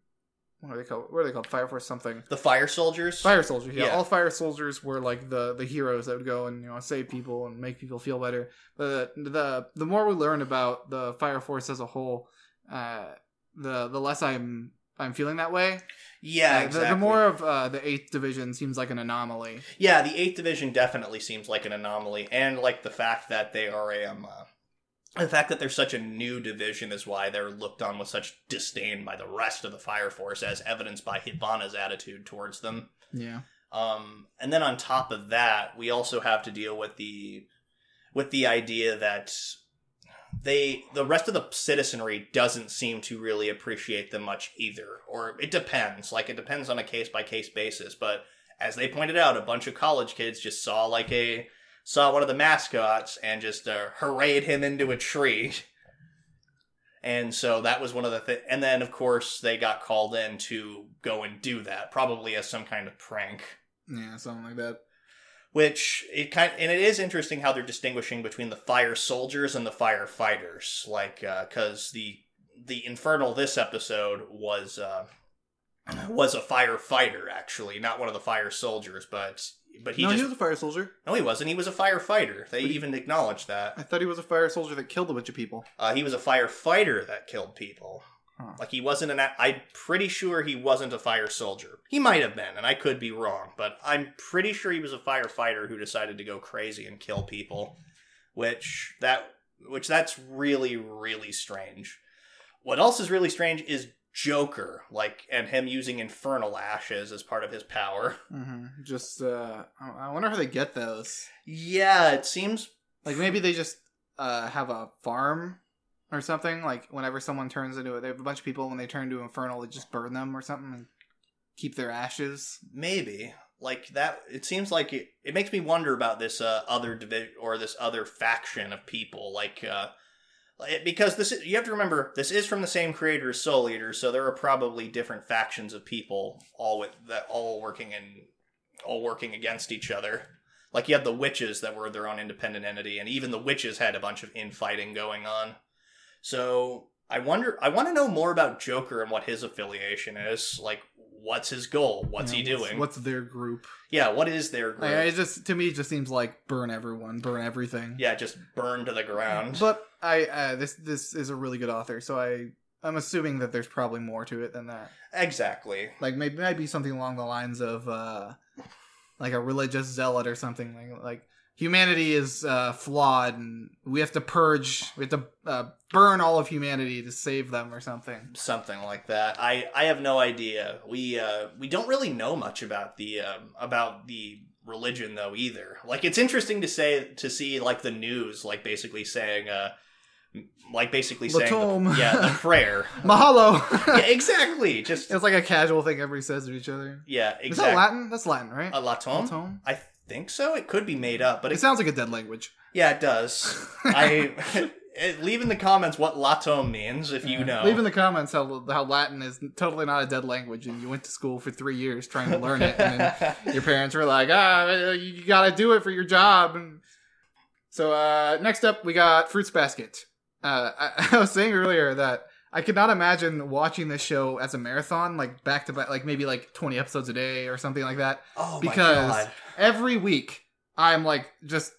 what are they called? What are they called? Fire Force something.
The fire soldiers.
Fire soldiers, yeah.
Yeah.
All fire soldiers were like the the heroes that would go and you know save people and make people feel better. But the the, the more we learn about the fire force as a whole, uh, the the less I'm I'm feeling that way.
yeah,
Uh, the,
exactly.
the more of uh, the eighth division seems like an anomaly.
Yeah, the eighth division definitely seems like an anomaly, and like the fact that they are a um, uh, the fact that they're such a new division is why they're looked on with such disdain by the rest of the Fire Force, as evidenced by Hibana's attitude towards them.
Yeah,
Um, and then on top of that, we also have to deal with the with the idea that they the rest of the citizenry doesn't seem to really appreciate them much either. Or it depends. Like it depends on a case by case basis. But as they pointed out, a bunch of college kids just saw like a saw one of the mascots and just uh, hurrayed him into a tree. And so that was one of the things. And then, of course, they got called in to go and do that, probably as some kind of prank
yeah, something like that.
which it kind and it is interesting how they're distinguishing between the fire soldiers and the firefighters like because the the infernal this episode was uh was a firefighter actually not one of the fire soldiers but but he
no,
just
he was a fire soldier.
no he wasn't he was a firefighter they
But he-
even acknowledged that
I thought he was a fire soldier that killed a bunch of people.
uh, he was a firefighter that killed people
Huh.
like he wasn't an a- i'm pretty sure he wasn't a fire soldier he might have been and i could be wrong but i'm pretty sure he was a firefighter who decided to go crazy and kill people which that which that's really really strange what else is really strange is joker like and him using infernal ashes as part of his power
Mm-hmm. Just uh, I I wonder how they get those.
yeah it seems
Like maybe they just uh, have a farm or something. Like whenever someone turns into it, they have a bunch of people when they turn into infernal, they just burn them or something and keep their ashes.
maybe like that it seems like it, it makes me wonder about this uh, other division or this other faction of people like uh it- because this is, you have to remember this is from the same creator as soul eater so there are probably different factions of people all with that all working and all working against each other Like you had the witches that were their own independent entity, and even the witches had a bunch of infighting going on. So I wonder. I want to know more about Joker and what his affiliation is. Like, what's his goal? What's he
You know, what's-
doing?
What's their group?
yeah, what is their group?
Like, it just to me it just seems like burn everyone, burn everything.
yeah, just burn to the ground.
But I uh, this this is a really good author, so I I'm assuming that there's probably more to it than that.
exactly.
Like maybe maybe something along the lines of uh, like a religious zealot or something like like humanity is uh, flawed and we have to purge, we have to uh, burn all of humanity to save them or something.
something like that. I I have no idea. We uh we don't really know much about the um about the religion though either. Like it's interesting to say to see like the news like basically saying uh m- like basically
The
saying the-
tome.
yeah the prayer.
Mahalo.
yeah, exactly. Just
it's like a casual thing everybody says to each other.
yeah,
Is that
exactly.
Latin? That's Latin, right?
A latom?
Latin?
I think so. It could be made up, Uh, but
It
it,
sounds like a dead language.
yeah, it does. I leave in the comments what latom means if you know.
Leave in the comments how how Latin is totally not a dead language, and you went to school for three years trying to learn it, and then your parents were like, "Ah, you gotta do it for your job." And so uh, next up, we got Fruits Basket. Uh, I, I was saying earlier that I could not imagine watching this show as a marathon, like back to back, like maybe like twenty episodes a day or something like that.
oh my
because-
god.
Every week, I'm like just.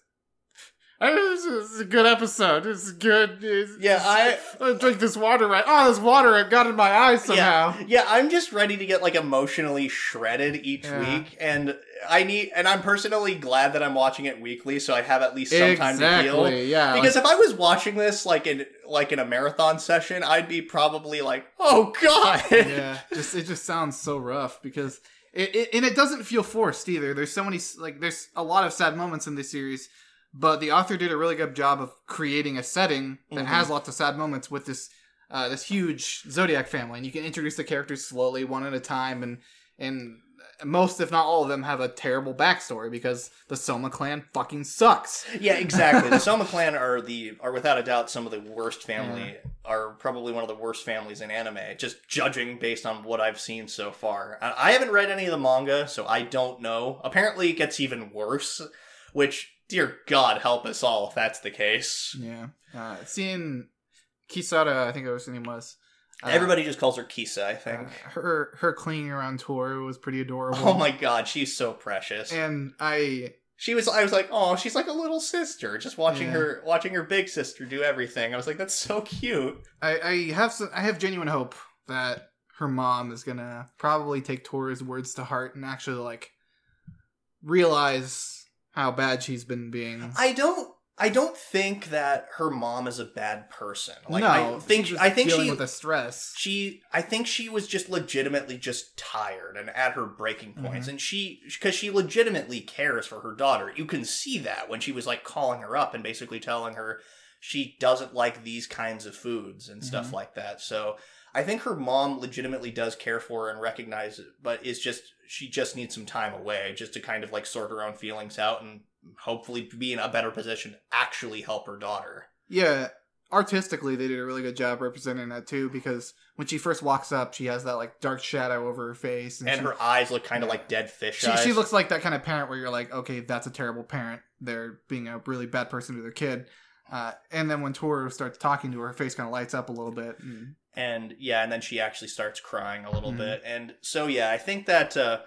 "Oh, This is a good episode. This is good. It's-
Yeah, I
I drink this water right. Oh, this water I've got in my eyes somehow.
Yeah, yeah, I'm just ready to get like emotionally shredded each
Yeah.
week, and I need, and I'm personally glad that I'm watching it weekly, so I have at least some time to heal.
exactly. Yeah.
Because if I was watching this like in like in a marathon session, I'd be probably like, "Oh God!"
like- yeah. Just it just sounds so rough because it, it and it doesn't feel forced either. There's so many s- like there's a lot of sad moments in this series, but the author did a really good job of creating a setting that
Mhm.
has lots of sad moments with this uh, this huge zodiac family, and you can introduce the characters slowly, one at a time, and and most if not all of them have a terrible backstory because the Soma clan fucking sucks.
yeah, exactly. The Soma clan are the are without a doubt some of the worst family, are probably one of the worst families in anime. Just judging based on what I've seen so far, I, I haven't read any of the manga, so I don't know. Apparently, it gets even worse, which. Dear God, help us all if that's the case.
Yeah. Uh, seeing Kisara, I think that was her name was. uh,
Everybody just calls her Kisa, I think.
uh, her her clinging around Toru was pretty adorable.
oh my God, she's so precious.
And I
she was, I was like, oh, she's like a little sister. Just watching
Yeah.
her, watching her big sister do everything. I was like, that's so cute.
I, I have some, I have genuine hope that her mom is gonna probably take Toru's words to heart and actually like realize how bad she's been being.
I don't. I don't think that her mom is a bad person. Like
no,
I think
she's just
I think
dealing
she
with the stress.
she I think she was just legitimately just tired and at her breaking
Mm-hmm.
points and she cuz she legitimately cares for her daughter. You can see that when she was like calling her up and basically telling her she doesn't like these kinds of foods and stuff
Mhm.
like that. So I think her mom legitimately does care for her and recognize it, but is just she just needs some time away just to kind of like sort her own feelings out and hopefully be in a better position to actually help her daughter.
Yeah, artistically they did a really good job representing that too because when she first walks up, she has that like dark shadow over her face
And
she-
her eyes look kind of
Yeah.
like dead fish
she,
eyes.
she looks like that kind of parent where you're like, okay, that's a terrible parent. They're being a really bad person to their kid. Uh, and then when Toru starts talking to her, her face kind of lights up a little bit. And
and yeah and then she actually starts crying a little
Mhm.
bit and so yeah i think that uh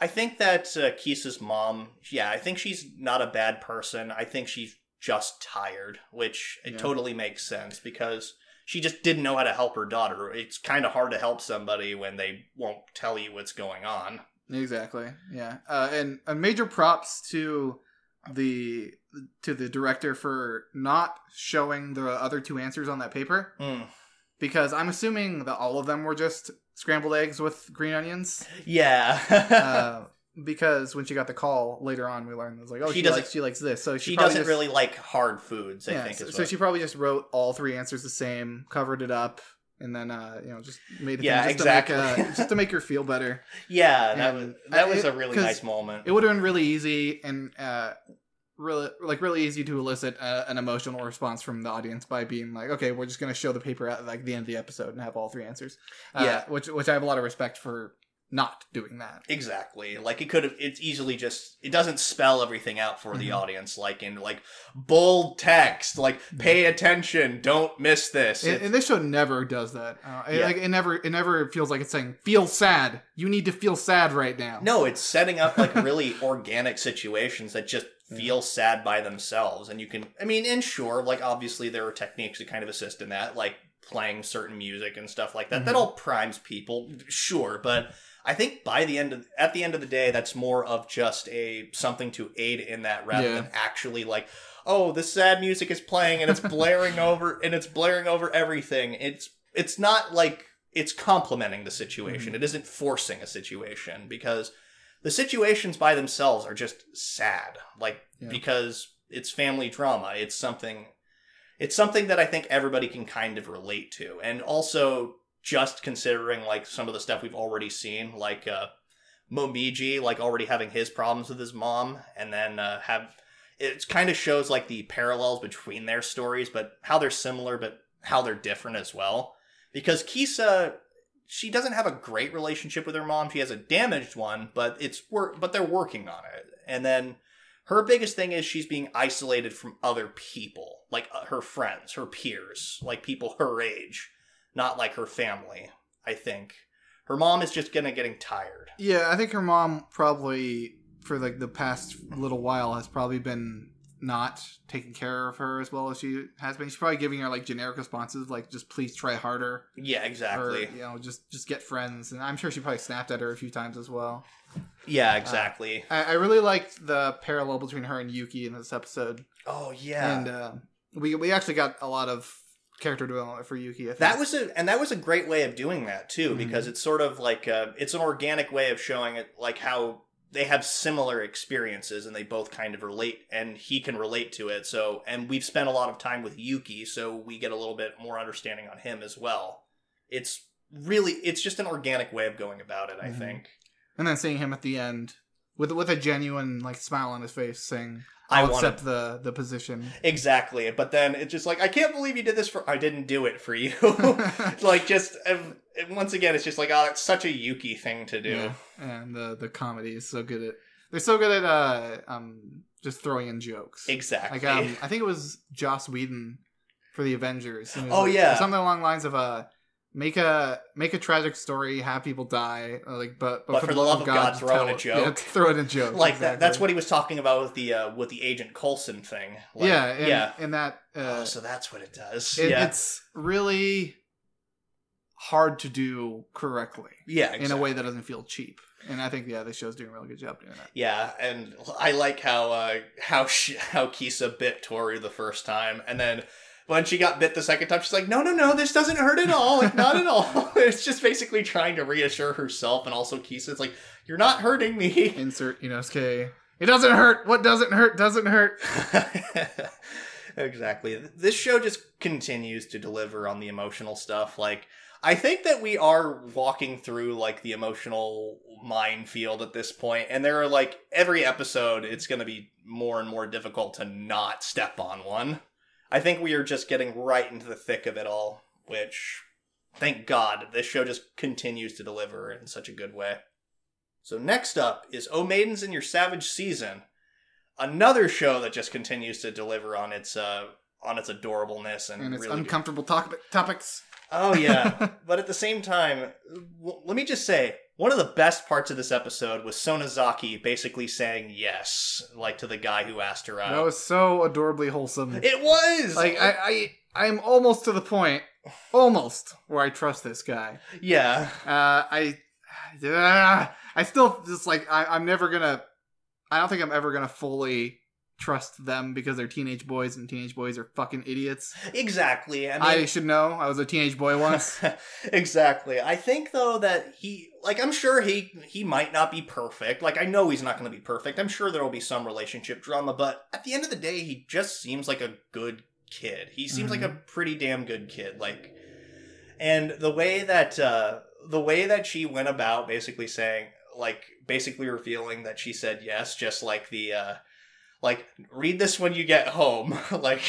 i think that uh, kisa's mom yeah i think she's not a bad person i think she's just tired which it
Yeah.
totally makes sense because she just didn't know how to help her daughter it's kind of hard to help somebody when they won't tell you what's going on
exactly, yeah. Uh, and a major props to the to the director for not showing the other two answers on that paper
Hmm.
because I'm assuming that all of them were just scrambled eggs with green onions.
yeah
Uh, because when she got the call later on, we learned it was like, oh,
She
she,
doesn't-
likes she likes this, so she,
she
probably
doesn't
just-
really like hard foods i
yeah,
think
so,
is
so
what-
she probably just wrote all three answers the same, covered it up, and then uh, you know just made a
Yeah,
thing just to
exactly.
make uh, just to make her feel better.
yeah that
and
was that
I-
was
it-
a really
'cause
nice moment
It would have been really easy and uh, really like really easy to elicit uh, an emotional response from the audience by being like, okay, we're just gonna show the paper at like the end of the episode and have all three answers. Uh,
Yeah.
which which I have a lot of respect for not doing that.
Exactly. Like it could have. It's easily just. It doesn't spell everything out for
Mm-hmm.
the audience. Like in like bold text. Like pay attention. Don't miss this.
And, and this show never does that. Uh, it,
Yeah.
like, it never it never feels like it's saying feel sad. You need to feel sad right now.
no, it's setting up like really organic situations that just feel sad by themselves, and you can. I mean, and sure, like obviously there are techniques that kind of assist in that, like playing certain music and stuff like that. That
Mhm.
all primes people. Sure, but. I think by the end of at the end of the day, that's more of just a something to aid in that rather
Yeah.
than actually like, oh, this sad music is playing and it's blaring over and it's blaring over everything. It's it's not like it's complementing the situation. It isn't forcing a situation because the situations by themselves are just sad. Like
Yeah.
because it's family drama. It's something it's something that I think everybody can kind of relate to. And also just considering like some of the stuff we've already seen, like uh Momiji like already having his problems with his mom and then uh have it kind of shows like the parallels between their stories, but how they're similar but how they're different as well. Because Kisa she doesn't have a great relationship with her mom. She has a damaged one, but it's work but they're working on it. And then her biggest thing is she's being isolated from other people, like uh, her friends, her peers, like people her age, not like her family, I think. Her mom is just gonna getting tired.
Yeah, I think her mom probably for like the past little while has probably been not taking care of her as well as she has been. She's probably giving her like generic responses like just please try harder
Yeah, exactly.
or you know just just get friends. And I'm sure she probably snapped at her a few times as well.
yeah, exactly.
I, I really liked the parallel between her and Yuki in this episode,
oh yeah.
and uh, we we actually got a lot of character development for Yuki. I think.
That was a and that was a great way of doing that too,
Mhm.
because it's sort of like uh, it's an organic way of showing it, like how they have similar experiences and they both kind of relate, and he can relate to it. So, and we've spent a lot of time with Yuki, so we get a little bit more understanding on him as well. It's really it's just an organic way of going about it, I
Mhm.
think.
and then seeing him at the end with with a genuine like smile on his face, saying,
I
"I'll
wanna-
accept the the position."
Exactly, but then it's just like I can't believe you did this for. I didn't do it for you. like just um, once again, it's just like oh, it's such a Yuki thing to do.
Yeah. And the the comedy is so good at they're so good at uh um just throwing in jokes.
Exactly.
Like um I think it was Joss Whedon for the Avengers. He was
Oh,
like-
yeah.
Something along the lines of uh make a make a tragic story, have people die, uh, like but but, for, the love of God,
throw in
tell
a
it-
joke.
Yeah, throw in a joke.
like that, that's
exactly.
what he was talking about with the uh, with the agent Coulson thing. Like,
yeah, and,
yeah.
and that
Oh,
uh,
so that's what it does.
it-
yeah,
it's really hard to do correctly
yeah, exactly.
in a way that doesn't feel cheap. And I think yeah, this show's doing a really good job doing that.
Yeah, and I like how uh, how she, how Kisa bit Tori the first time, and then when she got bit the second time, she's like, "No, no, no, this doesn't hurt at all, like not at all." it's just basically trying to reassure herself, and also Kisa. It's like, "You're not hurting me."
insert Inosuke. It doesn't hurt. What doesn't hurt doesn't hurt.
exactly. This show just continues to deliver on the emotional stuff. Like, I think that we are walking through like the emotional minefield at this point, and there are like every episode, it's going to be more and more difficult to not step on one. I think we are just getting right into the thick of it all, which thank God this show just continues to deliver in such a good way. So next up is O Maidens in Your Savage Season, another show that just continues to deliver on its uh on its adorableness and,
And it's
really
uncomfortable topic topics.
Oh yeah, but at the same time, w- let me just say one of the best parts of this episode was Sonazaki basically saying yes, like to the guy who asked her out.
That was so adorably wholesome.
it was
Like I, I, I'm almost to the point, almost where I trust this guy.
yeah,
Uh, I, yeah, I still just like I, I'm never gonna. I don't think I'm ever gonna fully trust them because they're teenage boys and teenage boys are fucking idiots.
exactly. I mean,
I should know. I was a teenage boy once.
exactly. I think though that he like I'm sure he he might not be perfect. Like I know he's not going to be perfect. I'm sure there will be some relationship drama, but at the end of the day, he just seems like a good kid. He seems like a pretty damn good kid. Like and the way that uh the way that she went about basically saying like basically revealing that she said yes just like the uh like read this when you get home like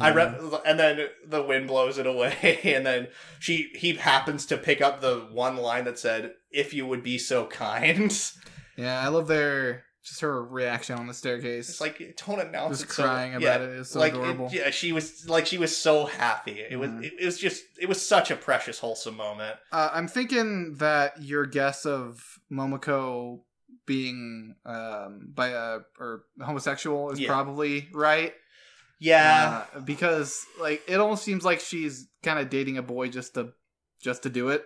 i read and then the wind blows it away and then she he happens to pick up the one line that said if you would be so kind
Yeah, I love their just her reaction on the staircase.
it's like don't announce
just
it so-
crying
yeah,
about it. It's so
like it-
adorable.
yeah she was like she was so happy it was
Mhm.
it, it was just it was such a precious wholesome moment
Uh, I'm thinking that your guess of Momoko being um, bi uh, or homosexual is
Yeah.
probably right.
yeah
Uh, because like it almost seems like she's kind of dating a boy just to just to do it.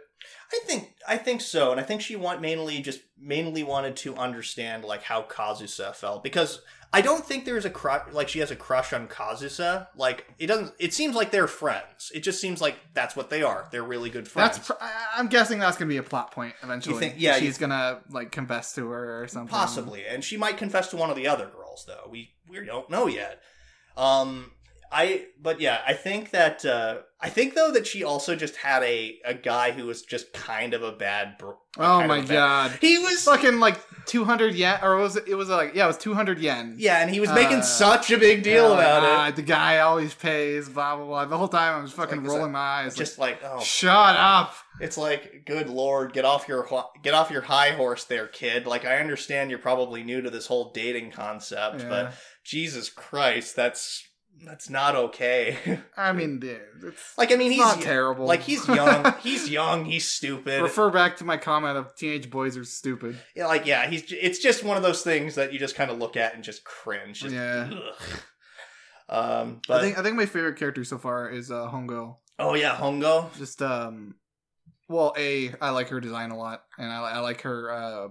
I think I think so, and I think she want mainly just mainly wanted to understand like how Kazusa felt because I don't think there's a crush like she has a crush on Kazusa. Like it doesn't. It seems like they're friends. It just seems like that's what they are. They're really good friends.
That's pr- I- I'm guessing that's gonna be a plot point eventually.
think- yeah, you-
she's gonna like confess to her or something.
possibly, and she might confess to one of the other girls though. We we don't know yet. Um, I but yeah, I think that uh, I think though that she also just had a a guy who was just kind of a bad. Bro-
Oh
kind
my
of a bad-
god.
He was
Fucking like 200 yen, or was it, it was like yeah, it was 200 yen.
Yeah, and he was making
Uh,
such a big deal
Yeah, like,
about
"Ah, The guy always pays, blah blah blah. The whole time I'm just fucking
Like, is
rolling
that-
my eyes.
it. Just like,
like,
oh,
shut up.
it's like, good lord, get off your ho- get off your high horse, there, kid. Like, I understand you're probably new to this whole dating concept,
Yeah.
but Jesus Christ, that's that's not okay.
I mean, dude, it's
like, I mean,
it's
he's
not terrible.
like he's young, he's young, he's stupid.
Refer back to my comment of teenage boys are stupid.
Yeah, like, yeah, he's. j- It's just one of those things that you just kind of look at and just cringe. Just,
Yeah.
ugh. Um,
I
but
think I think my favorite character so far is uh, Hongo.
oh yeah, Hongo.
Just um, well, a I like her design a lot, and I, I like her uh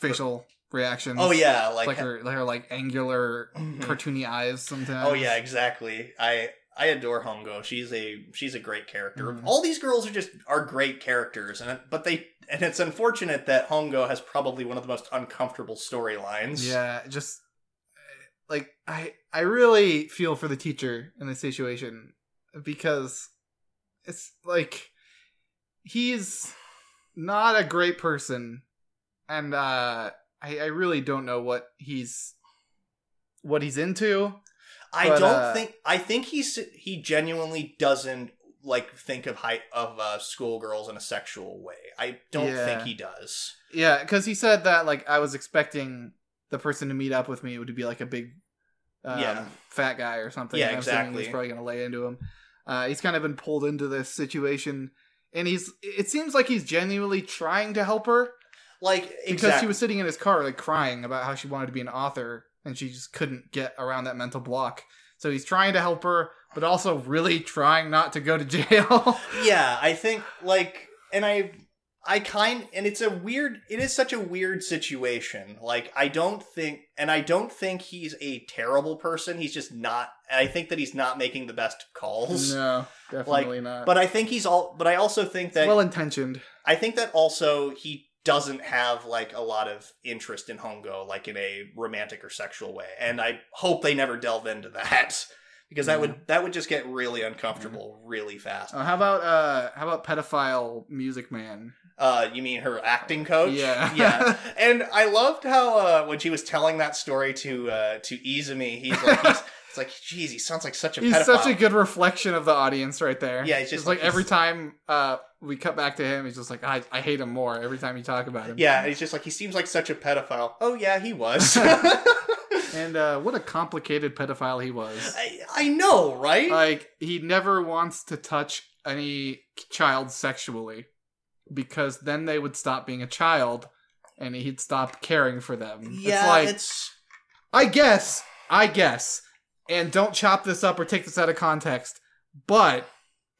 facial reactions.
Oh yeah,
It's
like,
like her her like angular
Mhm.
cartoony eyes sometimes.
Oh yeah, exactly. I I adore Hongo. She's a she's a great character.
Mhm.
All these girls are just are great characters, and but they and it's unfortunate that Hongo has probably one of the most uncomfortable storylines.
Yeah, just uh, like I I really feel for the teacher in this situation because it's like he's not a great person and uh I, I really don't know what he's what he's into.
I
But,
don't
uh,
think I think he's he genuinely doesn't like think of high of uh, schoolgirls in a sexual way. I don't
Yeah.
think he does.
Yeah, cuz he said that like I was expecting the person to meet up with me would be like a big um,
Yeah.
fat guy or something.
Yeah,
and I'm assuming
exactly.
He's probably gonna lay into him. Uh, he's kind of been pulled into this situation, and he's. It seems like he's genuinely trying to help her
Like
because she
exactly.
was sitting in his car, like crying about how she wanted to be an author, and she just couldn't get around that mental block. So he's trying to help her, but also really trying not to go to jail.
yeah i think like and i i kind and it's a weird it is such a weird situation like i don't think and i don't think he's a terrible person he's just not i think that he's not making the best calls
no, definitely not.
but i think he's all but i also think that
well intentioned.
i think that also he doesn't have like a lot of interest in hongo like in a romantic or sexual way and i hope they never delve into that because
Mm.
that would that would just get really uncomfortable really fast
Uh, how about uh, how about pedophile music man?
Uh, you mean her acting coach?
Yeah.
yeah. And I loved how uh, when she was telling that story to uh, to Izumi, he's like, he's, it's like, geez, he sounds like such a
He's
pedophile.
such a good reflection of the audience right there.
Yeah, he's just
just like
like-
every time uh, we cut back to him, he's just like, I, I hate him more every time you talk about him.
yeah, and he's just like he seems like such a pedophile. Oh yeah, he was.
And uh, what a complicated pedophile he was.
I, I know, right?
Like, he never wants to touch any child sexually because then they would stop being a child and he'd stop caring for them.
yeah,
it's like,
it's
I guess, I guess, and don't chop this up or take this out of context, but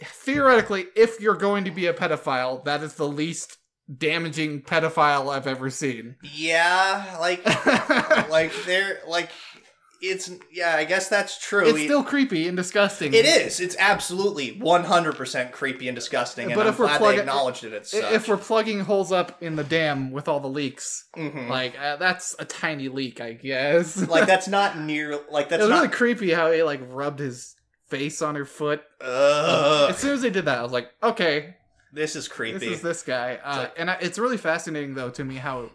theoretically, if you're going to be a pedophile, that is the least damaging pedophile I've ever seen.
yeah, like
it's
like they're like it's yeah. I guess that's true. He-
still creepy and disgusting.
it is. It's absolutely one hundred percent creepy and disgusting. And
But
I'm
if we're
glad
plug-
they acknowledged it. At
I-
such.
If we're plugging holes up in the dam with all the leaks,
Mhm.
like uh, that's a tiny leak, I guess.
like that's not near like
it
that's
was
not
really creepy how he like rubbed his face on her foot.
Ugh,
As soon as they did that, I was like, okay,
this is creepy
This is this guy, uh,
like-
and I, it's really fascinating though to me how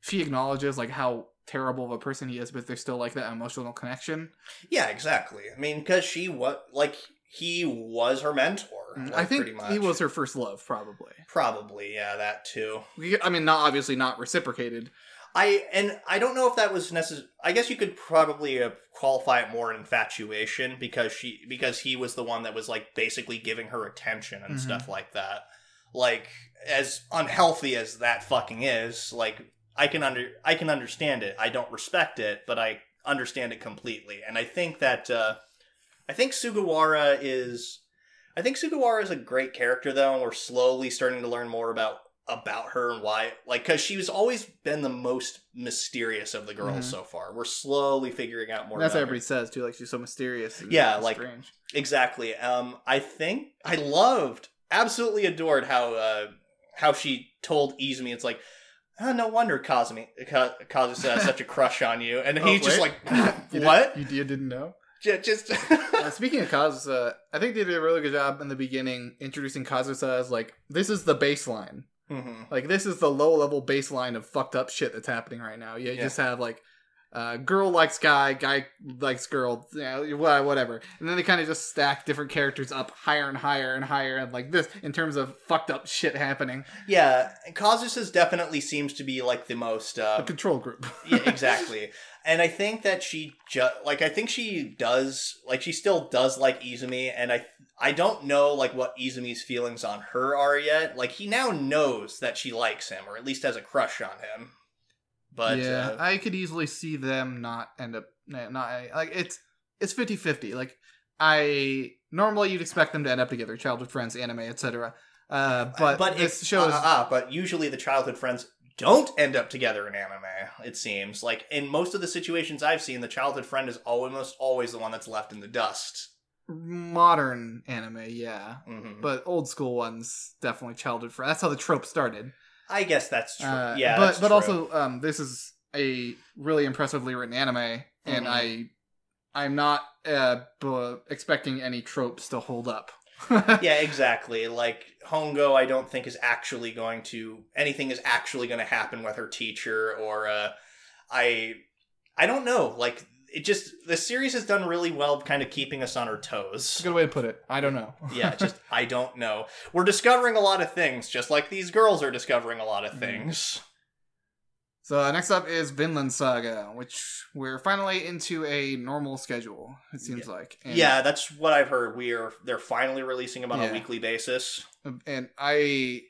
she acknowledges like how terrible of a person he is, but there's still like that emotional connection.
Yeah, exactly. I mean, because she was like he was her mentor.
Mm,
Like,
I think
pretty much.
he was her first love, probably.
probably yeah that too.
We- I mean, not obviously not reciprocated.
I and I don't know if that was necessary. I guess you could probably uh, qualify it more in infatuation because she because he was the one that was like basically giving her attention and
Mhm.
stuff like that. Like as unhealthy as that fucking is, like I can under I can understand it. I don't respect it, but I understand it completely. And I think that uh I think Sugawara is I think Sugawara is a great character though, and we're slowly starting to learn more about about her and why like cuz she's always been the most mysterious of the girls
Mhm.
so far. We're slowly figuring out more
That's
about
what
her.
everybody says too. Like she's so mysterious. And
Yeah, like-
strange.
Exactly. Um, I think I loved, absolutely adored how uh, how she told Izumi. It's like, oh, no wonder Cosme Ka- Kazusa has such a crush on you, and
Oh,
he's just
wait.
like,
You
what?
Did, you, you didn't know?
J- Just
Uh, speaking of Kazusa, I think they did a really good job in the beginning introducing Kazusa as like this is the baseline.
Mhm.
Like this is the low level baseline of fucked up shit that's happening right now. You
Yeah.
just have like uh, girl likes guy, guy likes girl, you know, wha- whatever. And then they kind of just stack different characters up higher and higher and higher, and like this in terms of fucked up shit happening.
yeah. Kazusa definitely seems to be like the most
A
uh,
control group.
yeah, exactly. And I think that she ju- like I think she does like she still does like Izumi and I I don't know like what Izumi's feelings on her are yet. Like he now knows that she likes him or at least has a crush on him. But
yeah,
uh,
I could easily see them not end up nah, not like it's it's 50-50. Like I normally you'd expect them to end up together, childhood friends, anime, etc. Uh, but
but
this
it,
show is
uh, uh, but usually the childhood friends don't end up together in anime. It seems like in most of the situations I've seen, the childhood friend is almost always the one that's left in the dust.
modern anime, yeah.
hmm
But old school ones definitely childhood friends. That's how the trope started.
I guess that's true.
Uh,
yeah,
but
that's
but
true.
also um, this is a really impressively written anime,
Mm-hmm.
and I I'm not uh, b- expecting any tropes to hold up.
yeah, exactly. Like Hongo, I don't think is actually going to anything is actually going to happen with her teacher or uh, I I don't know. Like it just the series has done really well, kind of keeping us on our
It's a
toes.
good way to put it. I don't know.
yeah, just I don't know. We're discovering a lot of things, just like these girls are discovering a lot of
Mhm.
things.
So uh, next up is Vinland Saga, which we're finally into a normal schedule. It seems like. And,
Yeah, that's what I've heard. We are they're finally releasing them on
Yeah.
a weekly basis.
and I.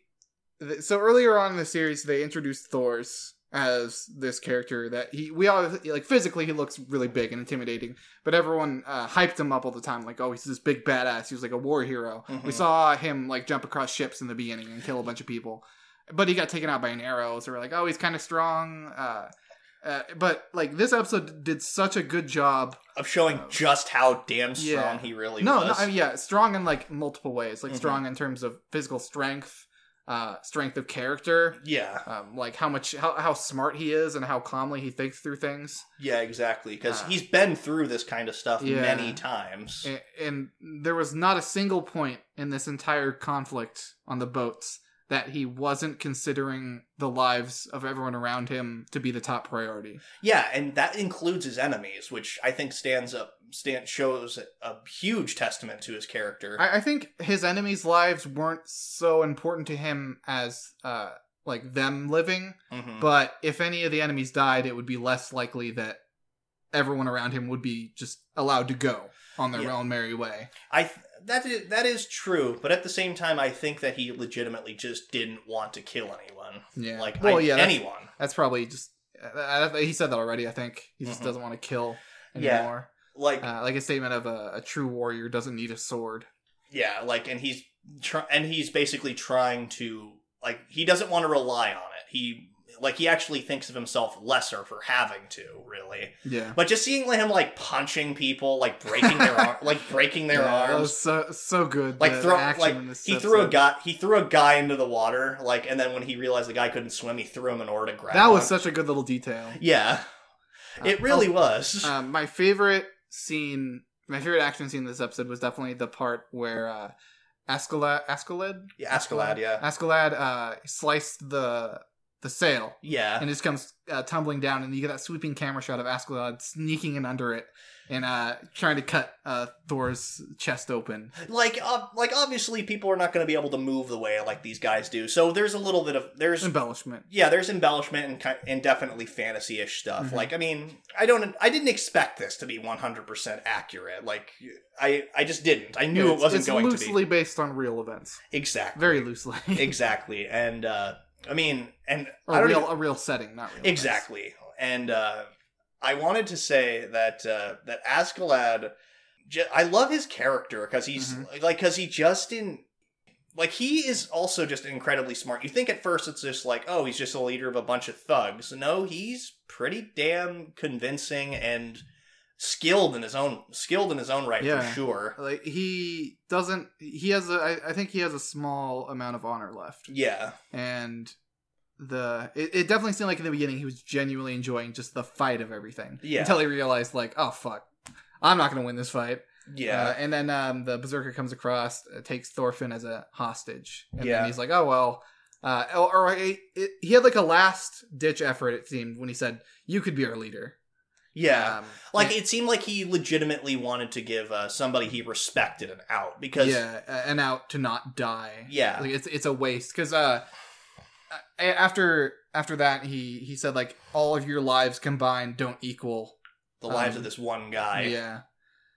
th- So earlier on in the series, they introduced Thor's as this character that he we all like physically he looks really big and intimidating, but everyone uh, hyped him up all the time like oh he's this big badass he was like a war hero. We
Mhm.
saw him like jump across ships in the beginning and kill a bunch of people, but he got taken out by an arrow. So we're like oh he's kind of strong. Uh, uh, but like this episode did such a good job
Of showing
Oh.
just how damn strong
Yeah.
he really
no,
was.
no, I mean, yeah, strong in like multiple ways. Like
Mhm.
strong in terms of physical strength, uh, strength of character,
yeah.
um, like how much how, how smart he is and how calmly he thinks through things.
Yeah, exactly. Because
Uh,
he's been through this kind of stuff
yeah.
many times.
And, and there was not a single point in this entire conflict on the boats that he wasn't considering the lives of everyone around him to be the top priority.
yeah, and that includes his enemies, which I think stands up, stand, shows a huge testament to his character.
I, I think his enemies' lives weren't so important to him as uh, like them living.
Mhm.
Mm-hmm. But if any of the enemies died, it would be less likely that everyone around him would be just allowed to go on their
Yeah.
own merry way.
I th- that is that is true, but at the same time, I think that he legitimately just didn't want to kill anyone,
Yeah.
like
well,
I-
yeah, that's,
anyone.
that's probably just. I, I- he said that already. I think he just
Mhm.
doesn't want to kill
Yeah.
anymore.
Like
Uh, like a statement of a, a true warrior doesn't need a sword.
yeah, like and he's try- and he's basically trying to like he doesn't want to rely on it. He like he actually thinks of himself lesser for having to really.
Yeah.
But just seeing him like punching people, like breaking their ar- like breaking their
Yeah, That was
arms,
so so good.
like
the
throw
action
like
in this
he threw a
episode.
guy he threw a guy into the water, like and then when he realized the guy couldn't swim, he threw him an oar to grab.
That was
him.
such a good little detail.
yeah, it really was.
um, my favorite scene, my favorite action scene in this episode was definitely the part where uh, Ascalad, Ascalad,
yeah, Ascalad, yeah,
Ascalad uh, sliced the the sail,
Yeah.
and it just comes uh, tumbling down, and you get that sweeping camera shot of Ascalon sneaking in under it and uh, trying to cut uh, Thor's chest open.
like uh, like obviously people are not going to be able to move the way like these guys do. So there's a little bit of there's
Embellishment.
yeah, there's embellishment and kind and definitely fantasy-ish stuff.
Mhm.
Like I mean, I don't I didn't expect this to be 100% accurate. Like I I just didn't. I knew
Yeah,
it
it's-
wasn't
it's
going to
loosely based on real events,
be. Exactly.
very loosely.
exactly. And uh I mean, and I
a
don't e-,
real,
even-
a real setting, not real. events.
Exactly. And uh, I wanted to say that uh, that Askeladd, ju- I love his character because he's
Mm-hmm.
like because he just in like he is also just incredibly smart. You think at first it's just like oh he's just a leader of a bunch of thugs. No, he's pretty damn convincing and skilled in his own skilled in his own right
Yeah.
for sure.
Like he doesn't. He has a. I, I think he has a small amount of honor left,
Yeah.
and the it, it definitely seemed like in the beginning he was genuinely enjoying just the fight of everything.
Yeah.
Until he realized, like, oh fuck, I'm not gonna win this fight.
Yeah.
Uh, and then um, the berserker comes across, uh, takes Thorfinn as a hostage, and
Yeah.
then he's like, oh well. Uh, or, or it, it, he had like a last ditch effort. It seemed when he said, "You could be our leader."
yeah.
Um,
Like
and-
it seemed like he legitimately wanted to give uh, somebody he respected an out because
yeah, a- and out to not die.
yeah.
like it's it's a waste because uh a- after after that he he said like all of your lives combined don't equal
the lives
Um,
of this one guy.
yeah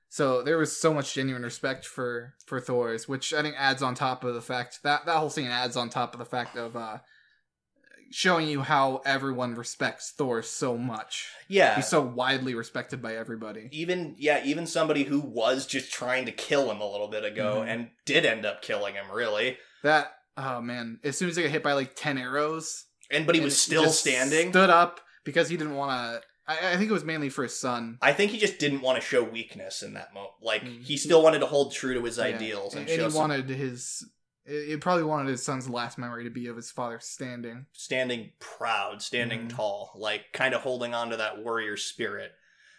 so there was so much genuine respect for for thor's which i think adds on top of the fact that that whole scene adds on top of the fact of uh showing you how everyone respects thor so much
Yeah.
he's so widely respected by everybody
even yeah, even somebody who was just trying to kill him a little bit ago
Mhm.
and did end up killing him really.
that oh man as soon as he got hit by like 10 arrows
And but he
and
was still
just
standing.
stood up because he didn't want to I, I think it was mainly for his son
I think he just didn't want to show weakness in that moment. Like
Mhm.
he still wanted to hold true to his
Yeah.
ideals and,
and, and
show
he
some
wanted his he he probably wanted his son's last memory to be of his father standing
standing proud, standing
Mhm.
tall, like kind of holding on to that warrior spirit.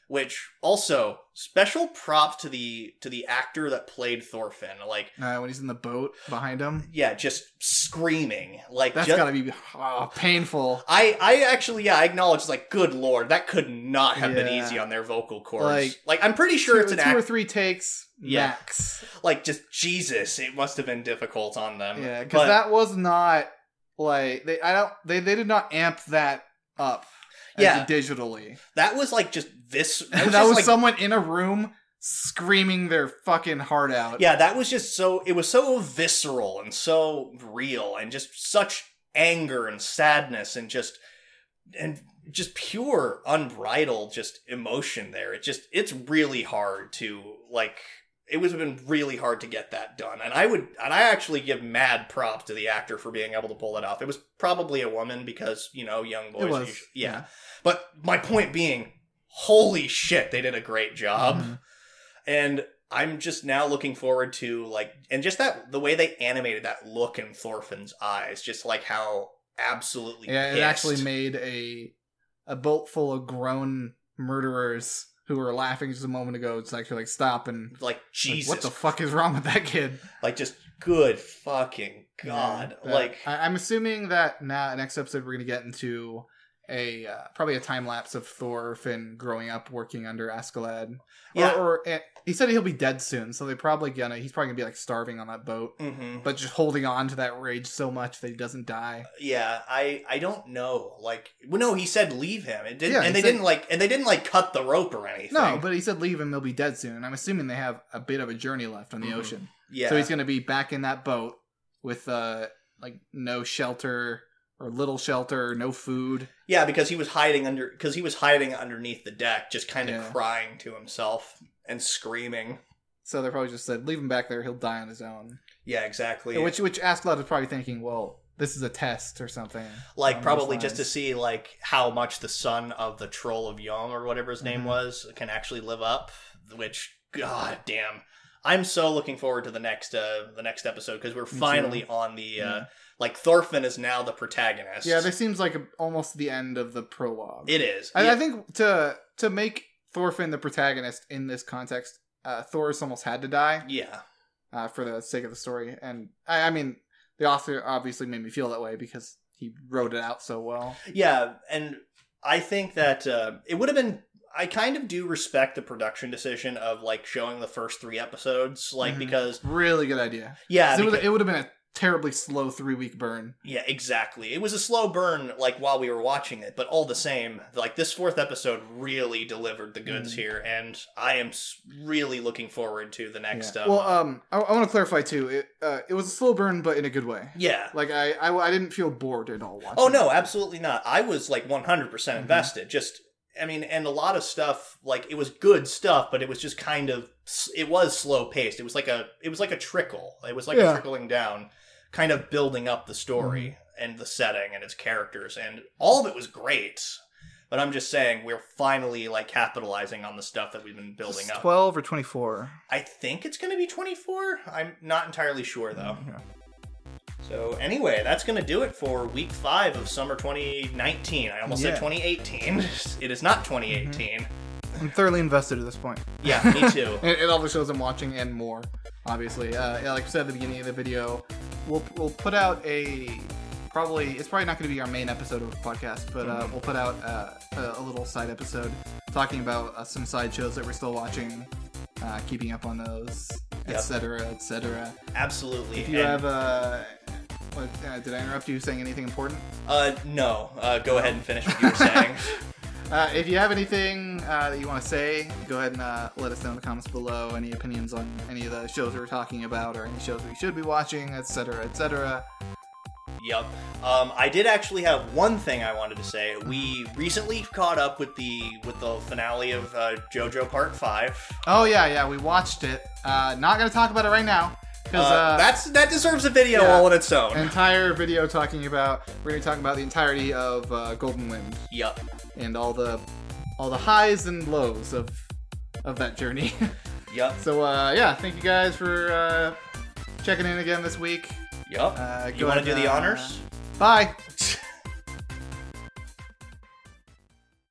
Which also special props to the to the actor that played Thorfinn. Like
uh, when he's in the boat behind him.
yeah, just screaming. Like
That's
just,
gotta be oh, painful.
I, I actually, yeah, I acknowledge, it's like, good lord, that could not have been
Yeah.
easy on their vocal cords. Like,
Like-
I'm pretty sure
two,
it's an
two or
act.
three takes
Yeah.
max.
Like, just Jesus, it must have been difficult on them.
Yeah,
Um, But-
because that was not like they. I don't. They they did not amp that up. as
Yeah.
digitally.
That was like just this. That was,
That was,
just, like,
someone in a room screaming their fucking heart out.
yeah, that was just so. It was so visceral and so real, and just such anger and sadness, and just and just pure unbridled just emotion there. It just it's really hard to like. It would have been really hard to get that done, and I would and I actually give mad props to the actor for being able to pull that off. It was probably a woman because you know young boys.
it was.
usually- yeah. But my point being, holy shit, they did a great job.
Mhm.
And I'm just now looking forward to like and just that the way they animated that look in Thorfinn's eyes, just like how absolutely
Yeah, it
pissed.
actually made a a boat full of grown murderers who were laughing just a moment ago. It's actually like stop and
like Jesus
like, what the fuck is wrong with that kid?
like just good fucking god.
Yeah, that-
like
I, I'm assuming that now next episode we're gonna get into a uh, probably a time lapse of Thorfinn growing up working under Askeladd.
yeah.
Or, or eh, he said he'll be dead soon, so they probably gonna he's probably gonna be like starving on that boat,
hmm
but just holding on to that rage so much that he doesn't die.
Yeah, I I don't know. Like, well, no, he said leave him. It didn't,
Yeah, he
and they
said-
didn't like, and they didn't like cut the rope or anything.
No, but he said leave him, he'll be dead soon. I'm assuming they have a bit of a journey left on the
Mhm.
ocean.
yeah,
So he's going to be back in that boat with uh like no shelter or little shelter, no food.
Yeah, because he was hiding under because he was hiding underneath the deck, just kind of
Yeah.
crying to himself and screaming.
So they probably just said leave him back there, he'll die on his own.
Yeah, exactly.
Which which Askeladd is probably thinking, well, this is a test or something.
like
along those
probably just to
lines.
see like how much the son of the troll of Yom or whatever his name
Mhm.
was can actually live up. Which god damn, I'm so looking forward to the next uh the next episode because we're
too.
finally on the uh
Yeah.
like Thorfinn is now the protagonist.
Yeah, this seems like a, almost the end of the prologue.
it is.
I,
Yeah.
I think to to make Thorfinn the protagonist in this context, uh, Thor's almost had to die.
yeah,
uh, for the sake of the story. And I, I mean, the author obviously made me feel that way because he he wrote it out so well.
Yeah, and I think that uh, it would have been. I kind of do respect the production decision of like showing the first three episodes, like
Mhm.
because
Really good idea.
yeah,
'Cause it, would,
because-
it would have been a terribly slow three week burn.
yeah, exactly. It was a slow burn, like while we were watching it, but all the same, like this fourth episode really delivered the goods
Mhm.
here, and I am s- really looking forward to the next.
Yeah.
Um,
Well, um, I, I want to clarify too. It uh, it was a slow burn, but in a good way.
yeah.
Like I, I, I didn't feel bored at all watching.
Oh
it.
no, absolutely not. I was like 100%
Mhm.
invested. Just I mean, and a lot of stuff like it was good stuff, but it was just kind of it was slow paced. It was like a it was like a trickle. It was like
Yeah.
a trickling down, kind of building up the story and the setting and its characters and all of it was great. But I'm just saying we're finally like capitalizing on the stuff that we've been building up.
Twelve or twenty four.
I think it's going to be 24. I'm not entirely sure though.
Mm-hmm.
So anyway, that's going to do it for week five of summer 2019. I almost
Yeah. Mm-hmm.
said 2018. It is not 2018.
I'm thoroughly invested at this point.
Yeah, me too.
It, it all the shows I'm watching and more, obviously. Uh, yeah, like I said at the beginning of the video, we'll we'll put out a probably it's probably not going to be our main episode of the podcast, but uh,
Mhm.
we'll put out uh, a, a little side episode talking about uh, some side shows that we're still watching, uh, keeping up on those,
Yep.
etc., etc.
Absolutely.
If you
And,
have uh, what, uh, did I interrupt you saying anything important?
uh, no, uh, go ahead and finish what you were saying.
Uh, if you have anything uh, that you want to say, go ahead and uh, let us know in the comments below. Any opinions on any of the shows that we're talking about, or any shows we should be watching, etc., etc.
Yup. Um, I did actually have one thing I wanted to say. We recently caught up with the with the finale of uh, JoJo Part Five.
Oh yeah, yeah, we watched it. Uh, not gonna talk about it right now
Uh,
because uh,
that's that deserves a video
yeah.
all on its own.
an entire video talking about we're gonna be talking about the entirety of uh, Golden Wind
yup.
and all the all the highs and lows of of that journey.
Yup.
so uh, yeah, thank you guys for uh, checking in again this week.
Yup.
Uh, go
you want
ahead,
to do the
uh,
honors?
Bye.